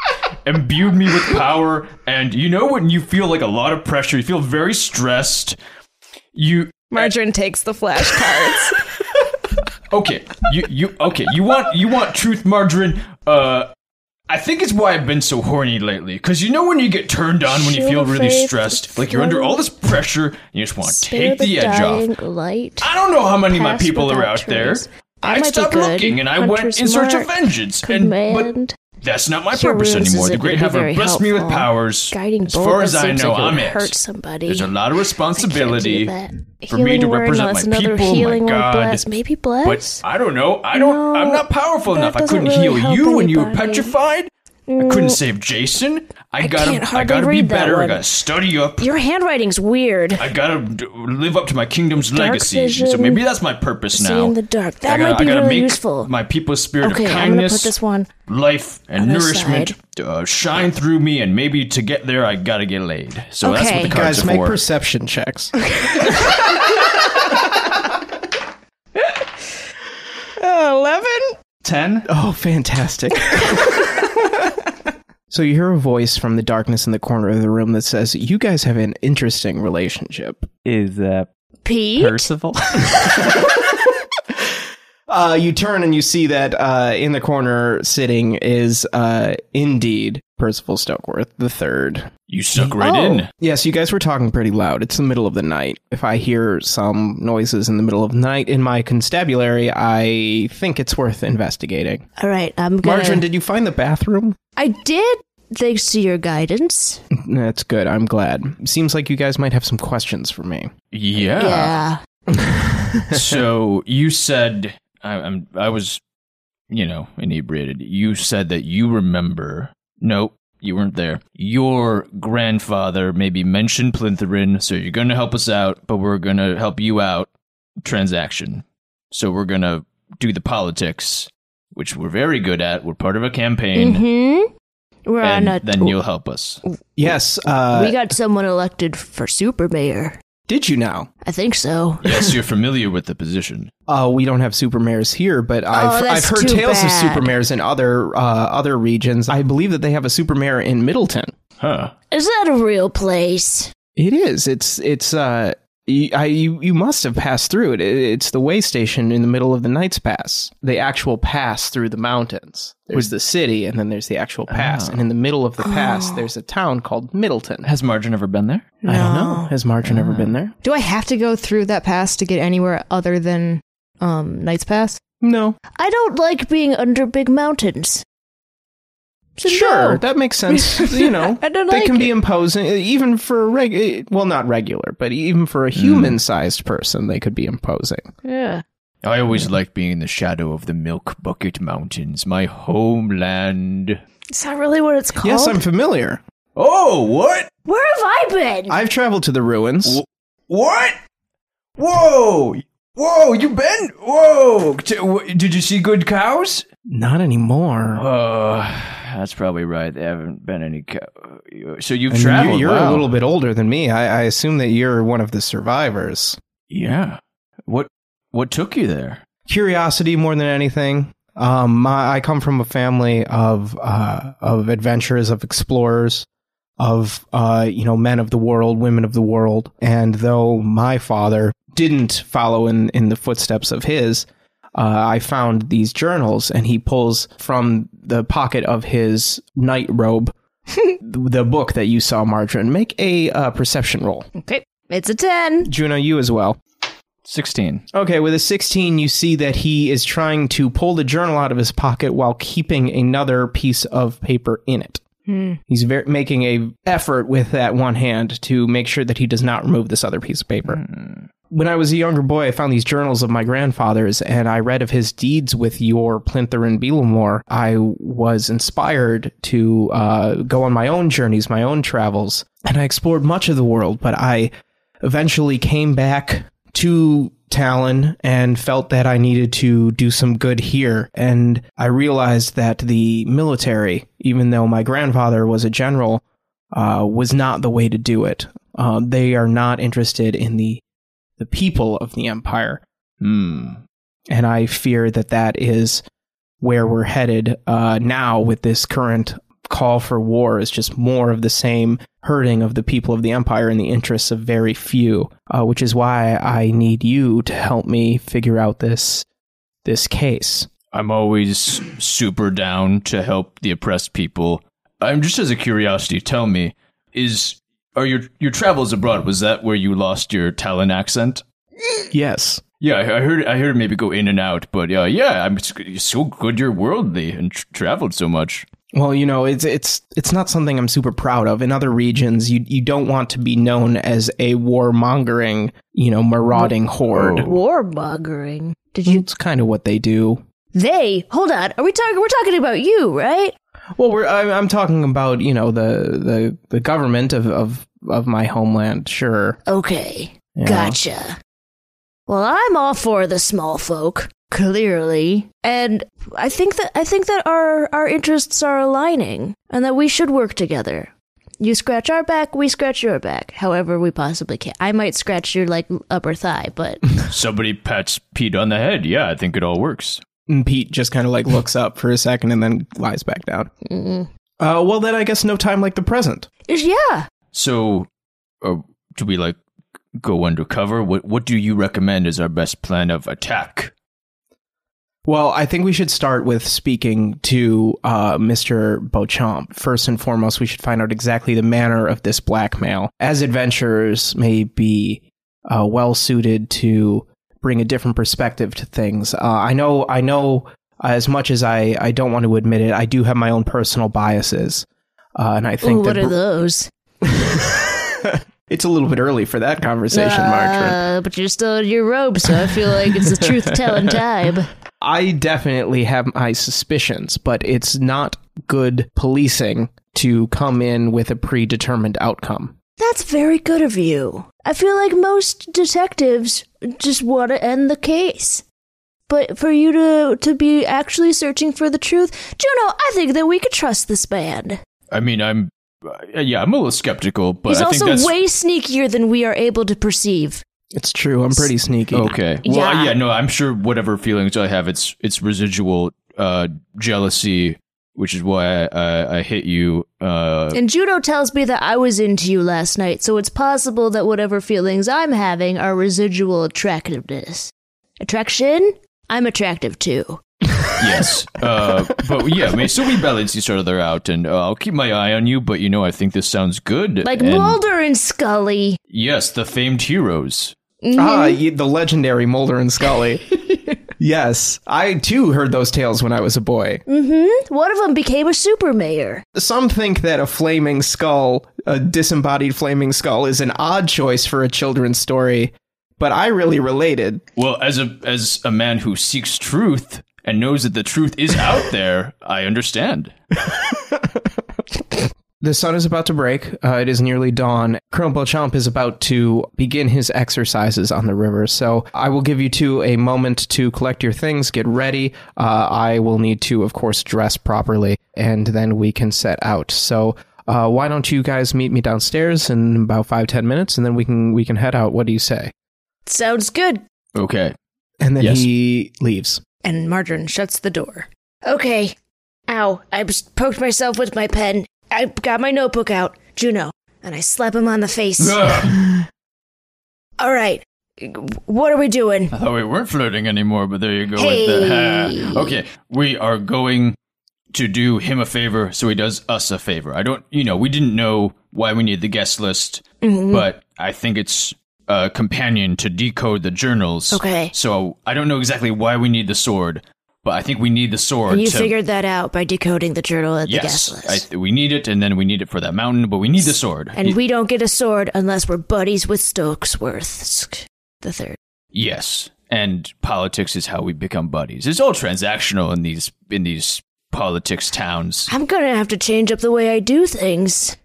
[SPEAKER 1] imbued me with power and you know when you feel like a lot of pressure, you feel very stressed. You
[SPEAKER 2] Margarine takes the flashcards.
[SPEAKER 1] okay you you okay you want you want truth margarine uh i think it's why i've been so horny lately because you know when you get turned on when you
[SPEAKER 5] Shield
[SPEAKER 1] feel
[SPEAKER 5] of
[SPEAKER 1] really
[SPEAKER 5] faith,
[SPEAKER 1] stressed like you're under all this pressure and you just want to
[SPEAKER 5] Spare
[SPEAKER 1] take the edge
[SPEAKER 5] dying
[SPEAKER 1] off
[SPEAKER 5] light.
[SPEAKER 1] i don't know how many of my
[SPEAKER 5] Pass
[SPEAKER 1] people are
[SPEAKER 5] without
[SPEAKER 1] out there
[SPEAKER 5] trace.
[SPEAKER 1] I
[SPEAKER 5] might be
[SPEAKER 1] stopped
[SPEAKER 5] good.
[SPEAKER 1] looking and I went
[SPEAKER 5] Hunter's
[SPEAKER 1] in search of
[SPEAKER 5] mark.
[SPEAKER 1] vengeance, and but
[SPEAKER 5] Command.
[SPEAKER 1] that's not my
[SPEAKER 5] Your
[SPEAKER 1] purpose
[SPEAKER 5] runes
[SPEAKER 1] anymore. The
[SPEAKER 5] isn't
[SPEAKER 1] great
[SPEAKER 5] gonna be
[SPEAKER 1] Heifer
[SPEAKER 5] very
[SPEAKER 1] blessed me with
[SPEAKER 5] helpful.
[SPEAKER 1] powers.
[SPEAKER 5] Guiding
[SPEAKER 1] as
[SPEAKER 5] bolt,
[SPEAKER 1] far
[SPEAKER 5] that
[SPEAKER 1] as I
[SPEAKER 5] seems
[SPEAKER 1] know,
[SPEAKER 5] like it
[SPEAKER 1] I'm
[SPEAKER 5] would
[SPEAKER 1] it.
[SPEAKER 5] hurt somebody.
[SPEAKER 1] There's a lot of responsibility.
[SPEAKER 5] I can't do that.
[SPEAKER 1] for me
[SPEAKER 5] Healing
[SPEAKER 1] to
[SPEAKER 5] word,
[SPEAKER 1] represent
[SPEAKER 5] no, it's
[SPEAKER 1] my
[SPEAKER 5] another
[SPEAKER 1] people, my
[SPEAKER 5] healing word,
[SPEAKER 1] God.
[SPEAKER 5] bless. Maybe bless.
[SPEAKER 1] But I don't know. I don't.
[SPEAKER 5] No,
[SPEAKER 1] I'm not powerful
[SPEAKER 5] that
[SPEAKER 1] enough. I
[SPEAKER 5] doesn't
[SPEAKER 1] couldn't
[SPEAKER 5] really
[SPEAKER 1] heal
[SPEAKER 5] help
[SPEAKER 1] you when you were
[SPEAKER 5] anybody.
[SPEAKER 1] petrified. I couldn't save Jason. I
[SPEAKER 5] can't
[SPEAKER 1] gotta. I
[SPEAKER 5] hardly
[SPEAKER 1] gotta be
[SPEAKER 5] read that
[SPEAKER 1] better. I
[SPEAKER 5] one.
[SPEAKER 1] gotta study up.
[SPEAKER 5] Your handwriting's weird.
[SPEAKER 1] I gotta d- live up to my kingdom's legacy. so
[SPEAKER 5] vision,
[SPEAKER 1] maybe that's my purpose
[SPEAKER 5] see
[SPEAKER 1] now.
[SPEAKER 5] in the dark. That
[SPEAKER 1] I gotta,
[SPEAKER 5] might be
[SPEAKER 1] I gotta
[SPEAKER 5] really
[SPEAKER 1] make
[SPEAKER 5] useful.
[SPEAKER 1] My people's spirit
[SPEAKER 5] Okay,
[SPEAKER 1] of
[SPEAKER 5] I'm gonna
[SPEAKER 1] kindness,
[SPEAKER 5] put this one.
[SPEAKER 1] life, and
[SPEAKER 5] on this
[SPEAKER 1] nourishment uh, shine through me. And maybe to get there, I gotta get laid. So that's what
[SPEAKER 5] Okay.
[SPEAKER 1] the cards
[SPEAKER 3] Guys,
[SPEAKER 1] are
[SPEAKER 3] make
[SPEAKER 1] for.
[SPEAKER 3] perception (laughs) checks.
[SPEAKER 2] Eleven.
[SPEAKER 4] Ten.
[SPEAKER 3] Oh, (laughs) fantastic. so you hear a voice from the darkness in the corner of the room that says, You guys have an interesting relationship.
[SPEAKER 4] Is uh,
[SPEAKER 5] Pete.
[SPEAKER 2] (laughs)
[SPEAKER 4] Percival?
[SPEAKER 3] Uh, you turn and you see that uh, in the corner sitting is uh, indeed Percival Stokeworth the third.
[SPEAKER 1] You snuck right
[SPEAKER 5] Oh.
[SPEAKER 1] in.
[SPEAKER 3] Yes, you guys were talking pretty loud. It's the middle of the night. If I hear some noises in the middle of the night in my constabulary, I think it's worth investigating.
[SPEAKER 5] All right, I'm gonna.
[SPEAKER 3] Margarine, did you find the bathroom?
[SPEAKER 5] I did, thanks to your guidance.
[SPEAKER 3] That's good. I'm glad. Seems like you guys might have some questions for me.
[SPEAKER 5] Yeah. (laughs)
[SPEAKER 1] so you said I, I'm I was, you know, inebriated. You said that you remember. Nope, you weren't there. Your grandfather maybe mentioned Plintherin, so you're gonna help us out, but we're gonna help you out. Transaction. So we're gonna do the politics, which we're very good at. We're part of a campaign,
[SPEAKER 5] Mm-hmm. We're
[SPEAKER 1] and
[SPEAKER 5] on a.
[SPEAKER 1] then you'll help us.
[SPEAKER 3] Yes.
[SPEAKER 5] we
[SPEAKER 3] Uh,
[SPEAKER 5] got someone elected for super mayor.
[SPEAKER 3] did you know?
[SPEAKER 5] I think so.
[SPEAKER 1] yes, you're familiar with the position.
[SPEAKER 3] Uh, we don't have supermares here, but I've, I've
[SPEAKER 5] Oh, that's
[SPEAKER 3] heard
[SPEAKER 5] too
[SPEAKER 3] tales of
[SPEAKER 5] bad.
[SPEAKER 3] supermares in other uh, other regions. I believe that they have a supermare in Middleton.
[SPEAKER 1] Huh.
[SPEAKER 5] Is that a real place?
[SPEAKER 3] It is. It's it's. Uh, you, I, you you must have passed through it. it. It's the way station in the middle of the Knight's Pass, the actual pass through the mountains. There's the city, and then there's the actual pass, and in the middle of the (gasps) pass, there's a town called Middleton.
[SPEAKER 4] Has Margin ever been there?
[SPEAKER 3] I don't know. Has Margin ever been there?
[SPEAKER 2] Do I have to go through that pass to get anywhere other than um Knight's Pass?
[SPEAKER 3] No.
[SPEAKER 5] I don't like being under big mountains. So
[SPEAKER 3] sure,
[SPEAKER 5] no.
[SPEAKER 3] that (laughs) makes sense. you know,
[SPEAKER 5] I don't
[SPEAKER 3] they
[SPEAKER 5] like
[SPEAKER 3] can be
[SPEAKER 5] it.
[SPEAKER 3] imposing, even for a reg. eh, Well, not regular, but even for a human-sized person, they could be imposing.
[SPEAKER 2] Yeah.
[SPEAKER 1] I always like being in the shadow of the Milk Bucket Mountains, my homeland.
[SPEAKER 5] Is that really what it's called?
[SPEAKER 3] Yes, I'm familiar.
[SPEAKER 1] Oh, what?
[SPEAKER 5] Where have I been?
[SPEAKER 3] I've traveled to the ruins.
[SPEAKER 1] What? Whoa! Whoa, you been? Whoa! T- w- Did you see good cows?
[SPEAKER 3] Not anymore.
[SPEAKER 1] Uh, that's probably right. There haven't been any cow. So you've
[SPEAKER 3] And you-
[SPEAKER 1] traveled.
[SPEAKER 3] You're
[SPEAKER 1] wow.
[SPEAKER 3] a little bit older than me. I, I assume that you're one of the survivors.
[SPEAKER 1] Yeah. What? What took you there?
[SPEAKER 3] Curiosity more than anything. Um, my, I come from a family of uh, of adventurers, of explorers, of uh, you know men of the world, women of the world. And though my father didn't follow in in the footsteps of his, uh, I found these journals, and he pulls from the pocket of his night robe (laughs) the book that you saw, Marjorie. Make a uh, perception roll.
[SPEAKER 2] Okay. It's a 10.
[SPEAKER 3] Juno, you as well.
[SPEAKER 4] Sixteen.
[SPEAKER 3] Okay, with a 16, you see that he is trying to pull the journal out of his pocket while keeping another piece of paper in it. He's ver- making a effort with that one hand to make sure that he does not remove this other piece of paper. When I was a younger boy, I found these journals of my grandfather's, and I read of his deeds with your Plinter and Belemore. I was inspired to uh, go on my own journeys, my own travels, and I explored much of the world. But I eventually came back to Talon and felt that I needed to do some good here. And I realized that the military, even though my grandfather was a general, uh, was not the way to do it. Uh, they are not interested in the the people of the empire,
[SPEAKER 1] Hmm.
[SPEAKER 3] and I fear that that is where we're headed uh, now with this current call for war is just more of the same hurting of the people of the empire in the interests of very few, uh, which is why I need you to help me figure out this this case.
[SPEAKER 1] I'm always super down to help the oppressed people. I'm just as a curiosity. Tell me, is are your your travels abroad? Was that where you lost your Talon accent?
[SPEAKER 3] Yes.
[SPEAKER 1] Yeah, I I heard. I heard it maybe go in and out, but uh, yeah, I'm s- so good. You're worldly and tr traveled so much.
[SPEAKER 3] Well, you know, it's it's it's not something I'm super proud of. In other regions, you you don't want to be known as a warmongering, you know, marauding horde.
[SPEAKER 5] Warmongering. Did you?
[SPEAKER 3] It's kind of what they do.
[SPEAKER 5] They. Hold on. Are we talking? We're talking about you, right?
[SPEAKER 3] Well, we're I, I'm talking about you know the the the government of of of my homeland. Sure.
[SPEAKER 5] Okay.
[SPEAKER 3] Yeah.
[SPEAKER 5] Gotcha. Well, I'm all for the small folk, clearly. And I think that I think that our our interests are aligning and that we should work together. You scratch our back, we scratch your back, however we possibly can. I might scratch your like upper thigh, but
[SPEAKER 1] Somebody pats Pete on the head. Yeah, I think it all works.
[SPEAKER 3] And Pete just kind of like looks up for a second and then lies back down.
[SPEAKER 5] mm.
[SPEAKER 3] Uh, well, then I guess no time like the present.
[SPEAKER 5] yeah.
[SPEAKER 1] So, uh, do we like go undercover? What What do you recommend as our best plan of attack?
[SPEAKER 3] Well, I think we should start with speaking to uh, Mr. Beauchamp. First and foremost, we should find out exactly the manner of this blackmail, as adventurers may be uh, well suited to bring a different perspective to things. Uh, I know, I know, as much as I, I don't want to admit it, I do have my own personal biases, uh, and I think
[SPEAKER 5] Ooh, what
[SPEAKER 3] that
[SPEAKER 5] are those?
[SPEAKER 3] (laughs) it's a little bit early for that conversation, Marjorie.
[SPEAKER 5] Uh, but you're still in your robe, so I feel like it's the truth telling time.
[SPEAKER 1] (laughs)
[SPEAKER 3] I definitely have my suspicions, but it's not good policing to come in with a predetermined outcome.
[SPEAKER 5] That's very good of you. I feel like most detectives just want to end the case. But for you to to be actually searching for the truth, Juno, I think that we could trust this man.
[SPEAKER 1] I mean, I'm uh, yeah, I'm a little skeptical, but
[SPEAKER 5] He's
[SPEAKER 1] I think
[SPEAKER 5] also
[SPEAKER 1] that's
[SPEAKER 5] way sneakier than we are able to perceive.
[SPEAKER 3] It's true. I'm pretty sneaky.
[SPEAKER 1] okay. Well, yeah.
[SPEAKER 5] Yeah.
[SPEAKER 1] no, I'm sure whatever feelings I have, it's it's residual uh, jealousy, which is why I, I, I hit you. Uh,
[SPEAKER 5] (laughs) And Juno tells me that I was into you last night, so it's possible that whatever feelings I'm having are residual attractiveness. Attraction? I'm attractive too.
[SPEAKER 1] yes, uh, but yeah, I mean, so we balance each other out, and uh, I'll keep my eye on you. But you know, I think this sounds good.
[SPEAKER 5] Like
[SPEAKER 1] and-
[SPEAKER 5] Mulder and Scully.
[SPEAKER 1] Yes, the famed heroes.
[SPEAKER 3] Ah, ye- the legendary Mulder and Scully. Yes, I too heard those tales when I was a boy.
[SPEAKER 5] Mm-hmm. One of them became a super mayor.
[SPEAKER 3] Some think that a flaming skull, a disembodied flaming skull, is an odd choice for a children's story, but I really related.
[SPEAKER 1] Well, as a as a man who seeks truth and knows that the truth is out there, I understand.
[SPEAKER 3] The sun is about to break. Uh, it is nearly dawn. Colonel Beauchamp is about to begin his exercises on the river. So I will give you two a moment to collect your things, get ready. Uh, I will need to, of course, dress properly, and then we can set out. So uh, why don't you guys meet me downstairs in about five ten minutes, and then we can we can head out. What do you say?
[SPEAKER 5] Sounds good.
[SPEAKER 1] Okay.
[SPEAKER 3] And then
[SPEAKER 1] Yes.
[SPEAKER 3] he leaves.
[SPEAKER 2] And Margarine shuts the door.
[SPEAKER 5] Okay. Ow, I just poked myself with my pen. I got my notebook out, Juno, and I slap him on
[SPEAKER 1] (laughs)
[SPEAKER 5] the face.
[SPEAKER 1] (laughs) Ugh,
[SPEAKER 5] All right. What are we doing?
[SPEAKER 1] I thought we weren't flirting anymore, but there you go. with
[SPEAKER 5] Hey.
[SPEAKER 1] the- okay, we are going to do him a favor, so he does us a favor. I don't, you know, we didn't know why we need the guest list,
[SPEAKER 5] Mm-hmm.
[SPEAKER 1] but I think it's a companion to decode the journals.
[SPEAKER 5] Okay.
[SPEAKER 1] So I don't know exactly why we need the sword, but I think we need the sword.
[SPEAKER 5] And you
[SPEAKER 1] to,
[SPEAKER 5] figured that out by decoding the journal at
[SPEAKER 1] yes,
[SPEAKER 5] the guest
[SPEAKER 1] I
[SPEAKER 5] list.
[SPEAKER 1] th- we need it, and then we need it for that mountain, but we need the sword.
[SPEAKER 5] and
[SPEAKER 1] Y-
[SPEAKER 5] we don't get a sword unless we're buddies with Stokesworth the third.
[SPEAKER 1] Yes, and politics is how we become buddies. It's all transactional in these in these politics towns.
[SPEAKER 5] I'm gonna have to change up the way I do things.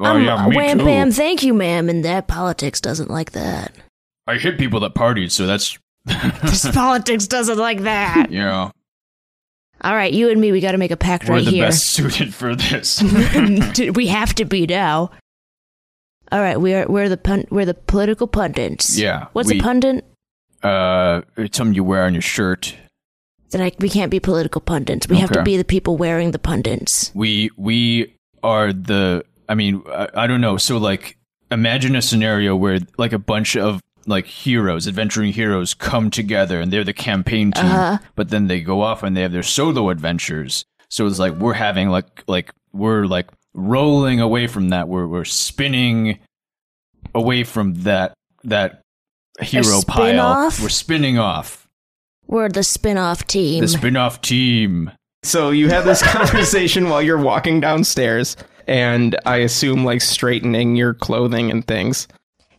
[SPEAKER 5] I'm wham bam, thank you, ma'am, and that politics doesn't
[SPEAKER 1] (laughs)
[SPEAKER 5] like that.
[SPEAKER 1] I hit people at parties, so that's (laughs)
[SPEAKER 5] this politics doesn't like that.
[SPEAKER 1] you know
[SPEAKER 5] All right, you and me, we gotta make a pact
[SPEAKER 1] we're
[SPEAKER 5] right
[SPEAKER 1] the
[SPEAKER 5] here.
[SPEAKER 1] best (laughs) suited for this.
[SPEAKER 5] (laughs)
[SPEAKER 1] (laughs)
[SPEAKER 5] we have to be now. All right, we are we're the pun- we're the political pundits.
[SPEAKER 1] Yeah,
[SPEAKER 5] What's
[SPEAKER 1] we-
[SPEAKER 5] a pundit?
[SPEAKER 1] uh, it's something you wear on your shirt.
[SPEAKER 5] Then I, we can't be political pundits. We have to
[SPEAKER 1] Okay.
[SPEAKER 5] be the people wearing the pundits.
[SPEAKER 1] We we are the. I mean, I, I don't know. So like, imagine a scenario where like a bunch of like heroes, adventuring heroes, come together and they're the campaign team.
[SPEAKER 5] Uh-huh.
[SPEAKER 1] But then they go off and they have their solo adventures. So it's like we're having like like we're like rolling away from that. We're we're spinning away from that that hero pile.
[SPEAKER 5] spin-off?
[SPEAKER 1] We're spinning off
[SPEAKER 5] We're the spin-off team.
[SPEAKER 1] the spin-off team.
[SPEAKER 3] So you have this (laughs) conversation while you're walking downstairs, and I assume like straightening your clothing and things.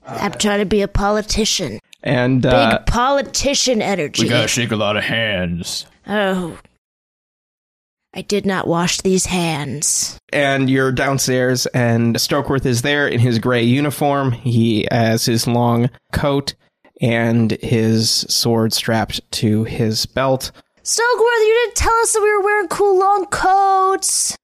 [SPEAKER 5] I'm trying to be a politician.
[SPEAKER 3] And
[SPEAKER 5] Big
[SPEAKER 3] uh,
[SPEAKER 5] politician energy.
[SPEAKER 1] We gotta shake a lot of hands.
[SPEAKER 5] oh. I did not wash these hands.
[SPEAKER 3] and you're downstairs, and Stokeworth is there in his gray uniform. He has his long coat and his sword strapped to his belt.
[SPEAKER 5] Stokeworth, you didn't tell us that we were wearing cool long coats.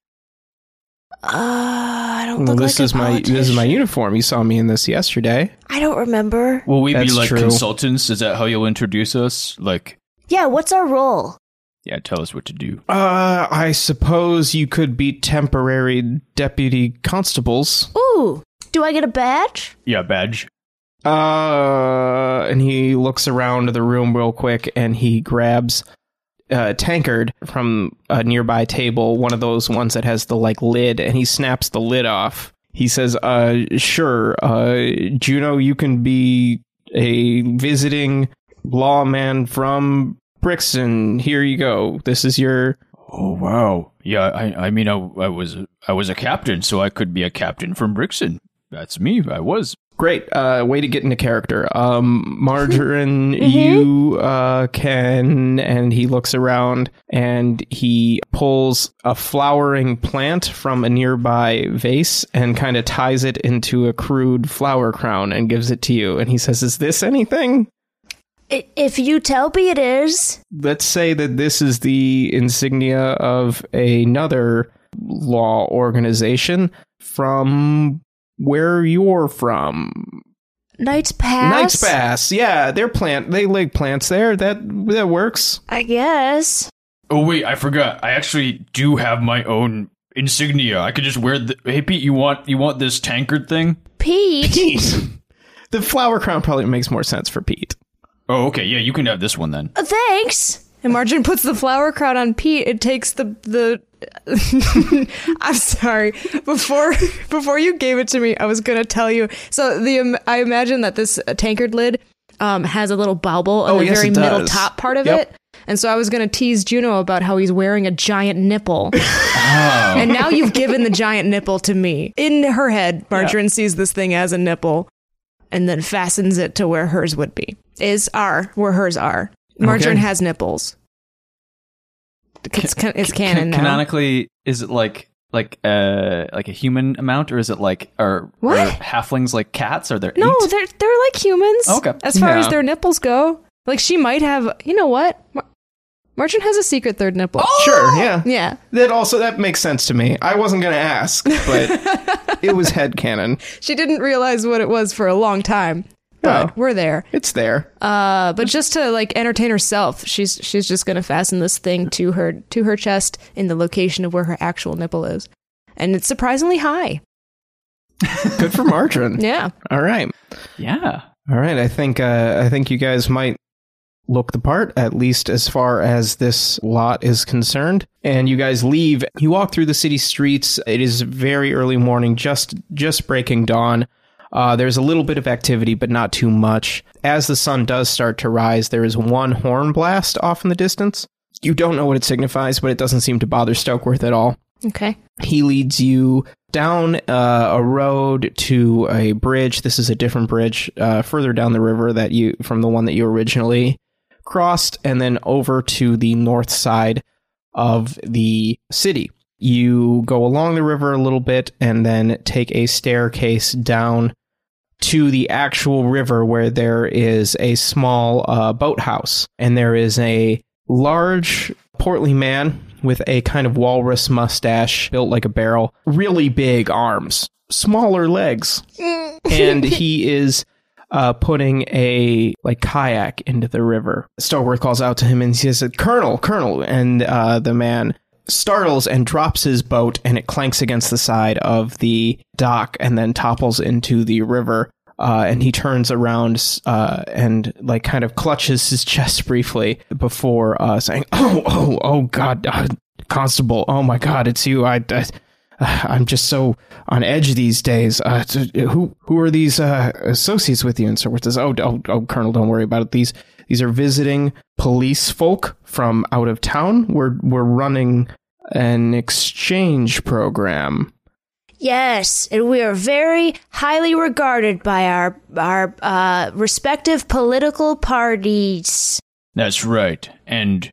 [SPEAKER 5] Uh, I don't
[SPEAKER 3] Well,
[SPEAKER 5] look
[SPEAKER 3] this
[SPEAKER 5] like
[SPEAKER 3] is
[SPEAKER 5] a
[SPEAKER 3] my
[SPEAKER 5] politician.
[SPEAKER 3] this is my uniform. You saw me in this yesterday.
[SPEAKER 5] I don't remember.
[SPEAKER 1] Will we
[SPEAKER 3] That's
[SPEAKER 1] be like
[SPEAKER 3] true.
[SPEAKER 1] consultants? Is that how you'll introduce us? Like,
[SPEAKER 5] Yeah, what's our role?
[SPEAKER 1] yeah, tell us what to do.
[SPEAKER 3] Uh, I suppose you could be temporary deputy constables.
[SPEAKER 5] Ooh, do I get a badge?
[SPEAKER 1] Yeah, badge.
[SPEAKER 3] Uh, and he looks around the room real quick and he grabs a tankard from a nearby table, one of those ones that has the like lid, and he snaps the lid off. He says, uh, sure, uh, Juno, you can be a visiting lawman from Brixton. Here you go. This is your.
[SPEAKER 1] Oh wow. Yeah, I, I mean, I, I was, I was a captain, so I could be a captain from Brixton. That's me. I was.
[SPEAKER 3] Great. Uh, way to get into character. Um, Margarine, you uh, can. And he looks around and he pulls a flowering plant from a nearby vase and kind of ties it into a crude flower crown and gives it to you. And he says, Is this anything?
[SPEAKER 5] I- if you tell me it is,
[SPEAKER 3] Let's say that this is the insignia of another law organization from where you're from.
[SPEAKER 5] Knight's Pass.
[SPEAKER 3] Knight's Pass. Yeah, they're plant. They lay plants there. That
[SPEAKER 2] (laughs)
[SPEAKER 3] that works.
[SPEAKER 5] I guess.
[SPEAKER 1] Oh wait, I forgot. I actually do have my own insignia. I could just wear the. Hey Pete, you want you want this tankard thing?
[SPEAKER 5] Pete.
[SPEAKER 3] Pete. the flower crown probably makes more sense for Pete.
[SPEAKER 1] Oh okay, yeah, you can have this one then.
[SPEAKER 5] Uh, thanks.
[SPEAKER 2] And Margarine puts the flower crown on Pete. It takes the the. (laughs) I'm sorry. Before before you gave it to me, I was gonna tell you. So the um, I imagine that this uh, tankard lid um, has a little bauble on
[SPEAKER 3] Oh,
[SPEAKER 2] the
[SPEAKER 3] yes,
[SPEAKER 2] very
[SPEAKER 3] it
[SPEAKER 2] middle
[SPEAKER 3] does.
[SPEAKER 2] top part of
[SPEAKER 3] Yep.
[SPEAKER 2] it. And so I was going to tease Juno about how he's wearing a giant
[SPEAKER 3] (laughs)
[SPEAKER 2] nipple.
[SPEAKER 3] Oh.
[SPEAKER 2] And now you've given the giant nipple to me. In her head, Margarine sees this thing as a nipple and then fastens it to where hers would be. Is are where hers are. Margarine
[SPEAKER 3] Okay.
[SPEAKER 2] has nipples. It's, ca- it's
[SPEAKER 4] Can-
[SPEAKER 2] canon now.
[SPEAKER 4] Canonically, is it like like uh like a human amount, or is it like are,
[SPEAKER 2] What?
[SPEAKER 4] are halflings like cats? Are there
[SPEAKER 2] No,
[SPEAKER 4] eight?
[SPEAKER 2] they're they're like humans.
[SPEAKER 4] Okay.
[SPEAKER 2] As far as
[SPEAKER 3] Yeah.
[SPEAKER 2] their nipples go, like she might have. You know what? Mar- Margin has a secret third nipple.
[SPEAKER 3] Sure, yeah.
[SPEAKER 2] Yeah,
[SPEAKER 3] That also that makes sense to me. I wasn't gonna ask, but
[SPEAKER 2] (laughs)
[SPEAKER 3] it was headcanon.
[SPEAKER 2] she didn't realize what it was for a long time. But
[SPEAKER 3] No.
[SPEAKER 2] we're there.
[SPEAKER 3] It's there.
[SPEAKER 2] Uh, but just to like entertain herself, she's she's just gonna fasten this thing to her to her chest in the location of where her actual nipple is, and it's surprisingly high.
[SPEAKER 3] Good for
[SPEAKER 2] (laughs)
[SPEAKER 3] Margarine.
[SPEAKER 2] Yeah.
[SPEAKER 3] All right.
[SPEAKER 4] Yeah.
[SPEAKER 3] All right. I think uh, I think you guys might look the part, at least as far as this lot is concerned. And you guys leave. You walk through the city streets. It is very early morning, just just breaking dawn. Uh, there's a little bit of activity, but not too much. As the sun does start to rise, there is one horn blast off in the distance. You don't know what it signifies, but it doesn't seem to bother Stokeworth at all
[SPEAKER 2] Okay.
[SPEAKER 3] he leads you down uh, a road to a bridge. This is a different bridge uh, further down the river that you from the one that you originally crossed, and then over to the north side of the city. You go along the river a little bit, and then take a staircase down to the actual river where there is a small uh, boathouse and there is a large portly man with a kind of walrus mustache built like a barrel really big arms smaller legs and he is uh, putting a like kayak into the river stillworth calls out to him and he says colonel colonel and uh, the man startles and drops his boat and it clanks against the side of the dock and then topples into the river uh, and he turns around uh, and like kind of clutches his (laughs) chest briefly before uh, saying oh oh oh god uh, constable oh my god it's you i, I (sighs) I'm just so on edge these days. Uh, t- who who are these uh, associates with you? And Sirworth says, "Oh, oh, oh, Colonel, don't worry about it. These these are visiting police folk from out of town. We're we're running an exchange program.
[SPEAKER 5] Yes, and we are very highly regarded by our our uh, respective political parties.
[SPEAKER 1] That's right. And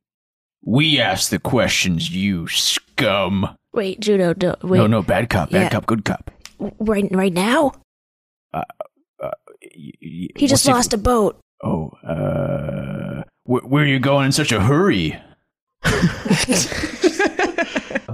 [SPEAKER 1] we ask the questions, you scum.
[SPEAKER 5] Wait, Juno, don't, wait.
[SPEAKER 1] No, no, bad cop, bad
[SPEAKER 5] Yeah.
[SPEAKER 1] cop, good cop.
[SPEAKER 5] Right, right now,
[SPEAKER 1] Y- y-
[SPEAKER 5] he
[SPEAKER 1] what's
[SPEAKER 5] just lost a boat.
[SPEAKER 1] It? Oh, uh, wh- where are you going in such a hurry?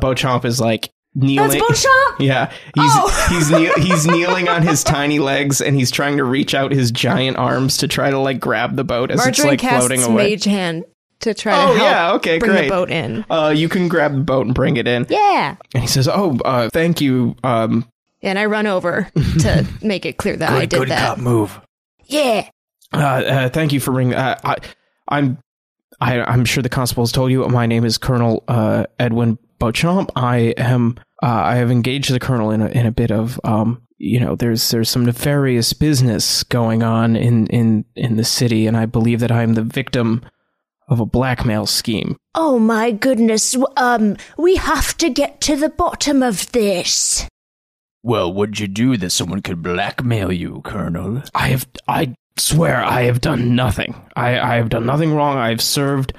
[SPEAKER 3] Beauchamp is like kneeling.
[SPEAKER 5] That's
[SPEAKER 3] (laughs)
[SPEAKER 5] Beauchamp.
[SPEAKER 3] Yeah, he's (laughs) he's kneel- he's kneeling on his tiny legs and he's trying to reach out his giant arms to try to like grab the boat as
[SPEAKER 2] Margarine
[SPEAKER 3] it's like floating
[SPEAKER 2] casts
[SPEAKER 3] away.
[SPEAKER 2] mage hand to try
[SPEAKER 3] Oh,
[SPEAKER 2] to help
[SPEAKER 3] yeah, okay,
[SPEAKER 2] bring the
[SPEAKER 3] great.
[SPEAKER 2] boat in.
[SPEAKER 3] uh, you can grab the boat and bring it in.
[SPEAKER 5] Yeah,
[SPEAKER 3] And he says, "Oh, uh, thank you, um,
[SPEAKER 2] And I run over to make it clear that I did
[SPEAKER 1] good
[SPEAKER 2] that.
[SPEAKER 1] cop move.
[SPEAKER 5] yeah.
[SPEAKER 3] Uh, uh, thank you for bringing. Uh, I, I'm, I, I'm sure the constable has told you. My name is Colonel uh, Edwin Beauchamp. I am. Uh, I have engaged the colonel in a, in a bit of um. You know, there's there's some nefarious business going on in in in the city, and I believe that I am the victim of a blackmail scheme.
[SPEAKER 5] Oh my goodness. w- Um, we have to get to the bottom of this.
[SPEAKER 1] Well, what'd you do that someone could blackmail you, Colonel?
[SPEAKER 3] I have. I swear, I have done nothing. I I have done nothing wrong. I have served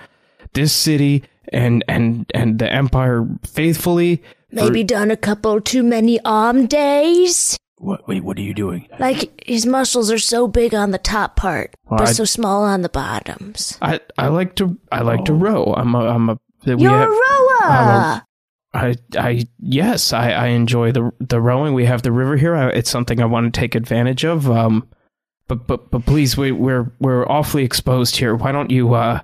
[SPEAKER 3] this city and and and the empire faithfully.
[SPEAKER 5] Maybe done a couple too many arm days.
[SPEAKER 1] What? Wait, what are you doing?
[SPEAKER 5] Like his muscles are so big on the top part,
[SPEAKER 3] Well,
[SPEAKER 5] but
[SPEAKER 3] I-
[SPEAKER 5] so small on the bottoms.
[SPEAKER 3] I I like to I like to row. I'm a I'm a that we
[SPEAKER 5] Oh. You're
[SPEAKER 3] have,
[SPEAKER 5] a rower.
[SPEAKER 3] I'm I I yes I I enjoy the the rowing. We have the river here. I, it's something I want to take advantage of. Um, but but but please we we're we're awfully exposed here. Why don't you uh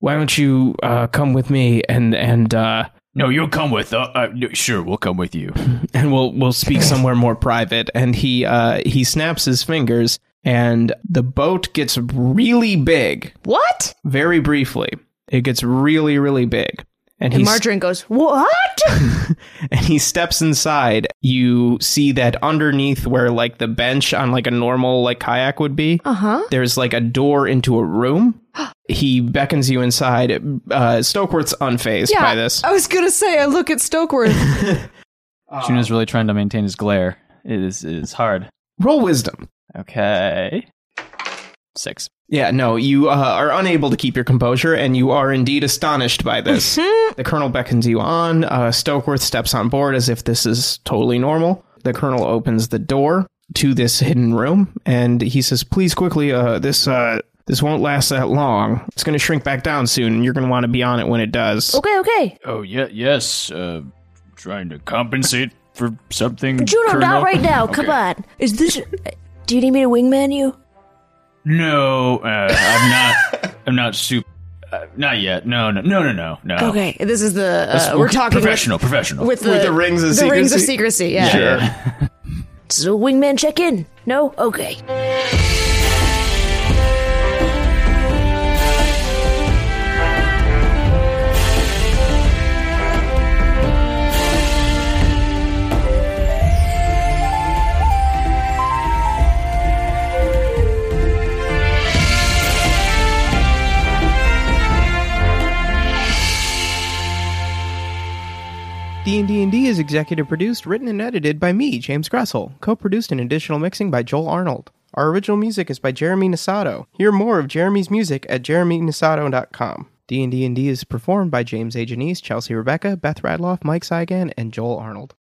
[SPEAKER 3] why don't you uh come with me and and uh
[SPEAKER 1] No, you'll come with. Uh, uh, no, sure, we'll come with you.
[SPEAKER 3] and we'll we'll speak somewhere more private and he uh he snaps his fingers and the boat gets really big
[SPEAKER 2] What?
[SPEAKER 3] very briefly. It gets really, really big. And,
[SPEAKER 2] And
[SPEAKER 3] he's.
[SPEAKER 2] Margarine goes, What?
[SPEAKER 3] (laughs) and he steps inside. You see that underneath where like the bench on like a normal like kayak would be,
[SPEAKER 2] Uh huh.
[SPEAKER 3] there's like a door into
[SPEAKER 2] (gasps)
[SPEAKER 3] a room. he beckons you inside. Uh, Stokeworth's unfazed
[SPEAKER 2] Yeah.
[SPEAKER 3] by this.
[SPEAKER 2] I was going to say, I look at Stokeworth.
[SPEAKER 4] Juno's really trying to maintain his glare. It is it is hard.
[SPEAKER 3] Roll wisdom.
[SPEAKER 4] Okay. Six.
[SPEAKER 3] Yeah, no, you uh, are unable to keep your composure, and you are indeed astonished by this. the colonel beckons you on. Uh, Stokeworth steps on board as if this is totally normal. The colonel opens the door to this hidden room, and he says, "Please, quickly, uh, this uh, this won't last that long. It's going to shrink back down soon, and you're going to want to be on it when it does."
[SPEAKER 5] Okay, okay.
[SPEAKER 1] Oh yeah, yes. Uh, trying to compensate for something.
[SPEAKER 5] Juno,
[SPEAKER 1] Colonel.
[SPEAKER 5] not right now. Come
[SPEAKER 1] Okay.
[SPEAKER 5] on. Is this? Do you need me to wingman you?
[SPEAKER 1] No, uh, I'm not. I'm not super. Uh, not yet. No, no, no, no, no, no.
[SPEAKER 2] Okay, (laughs) this is the uh,
[SPEAKER 1] That's-
[SPEAKER 2] we're talking with-
[SPEAKER 1] professional, professional.
[SPEAKER 2] with, the,
[SPEAKER 3] With the rings of
[SPEAKER 2] the rings of
[SPEAKER 3] secrecy.
[SPEAKER 2] secrecy. Yeah.
[SPEAKER 3] Sure.
[SPEAKER 5] Does a wingman check in? No. Okay.
[SPEAKER 3] D&D and D is executive produced, written and edited by me, James Gressel. Co-produced and additional mixing by Joel Arnold. Our original music is by Jeremy Nisato. Hear more of Jeremy's music at jeremynisato.com. D&D and D is performed by James A. Janice, Chelsea Rebecca, Beth Radloff, Mike Saigan, and Joel Arnold.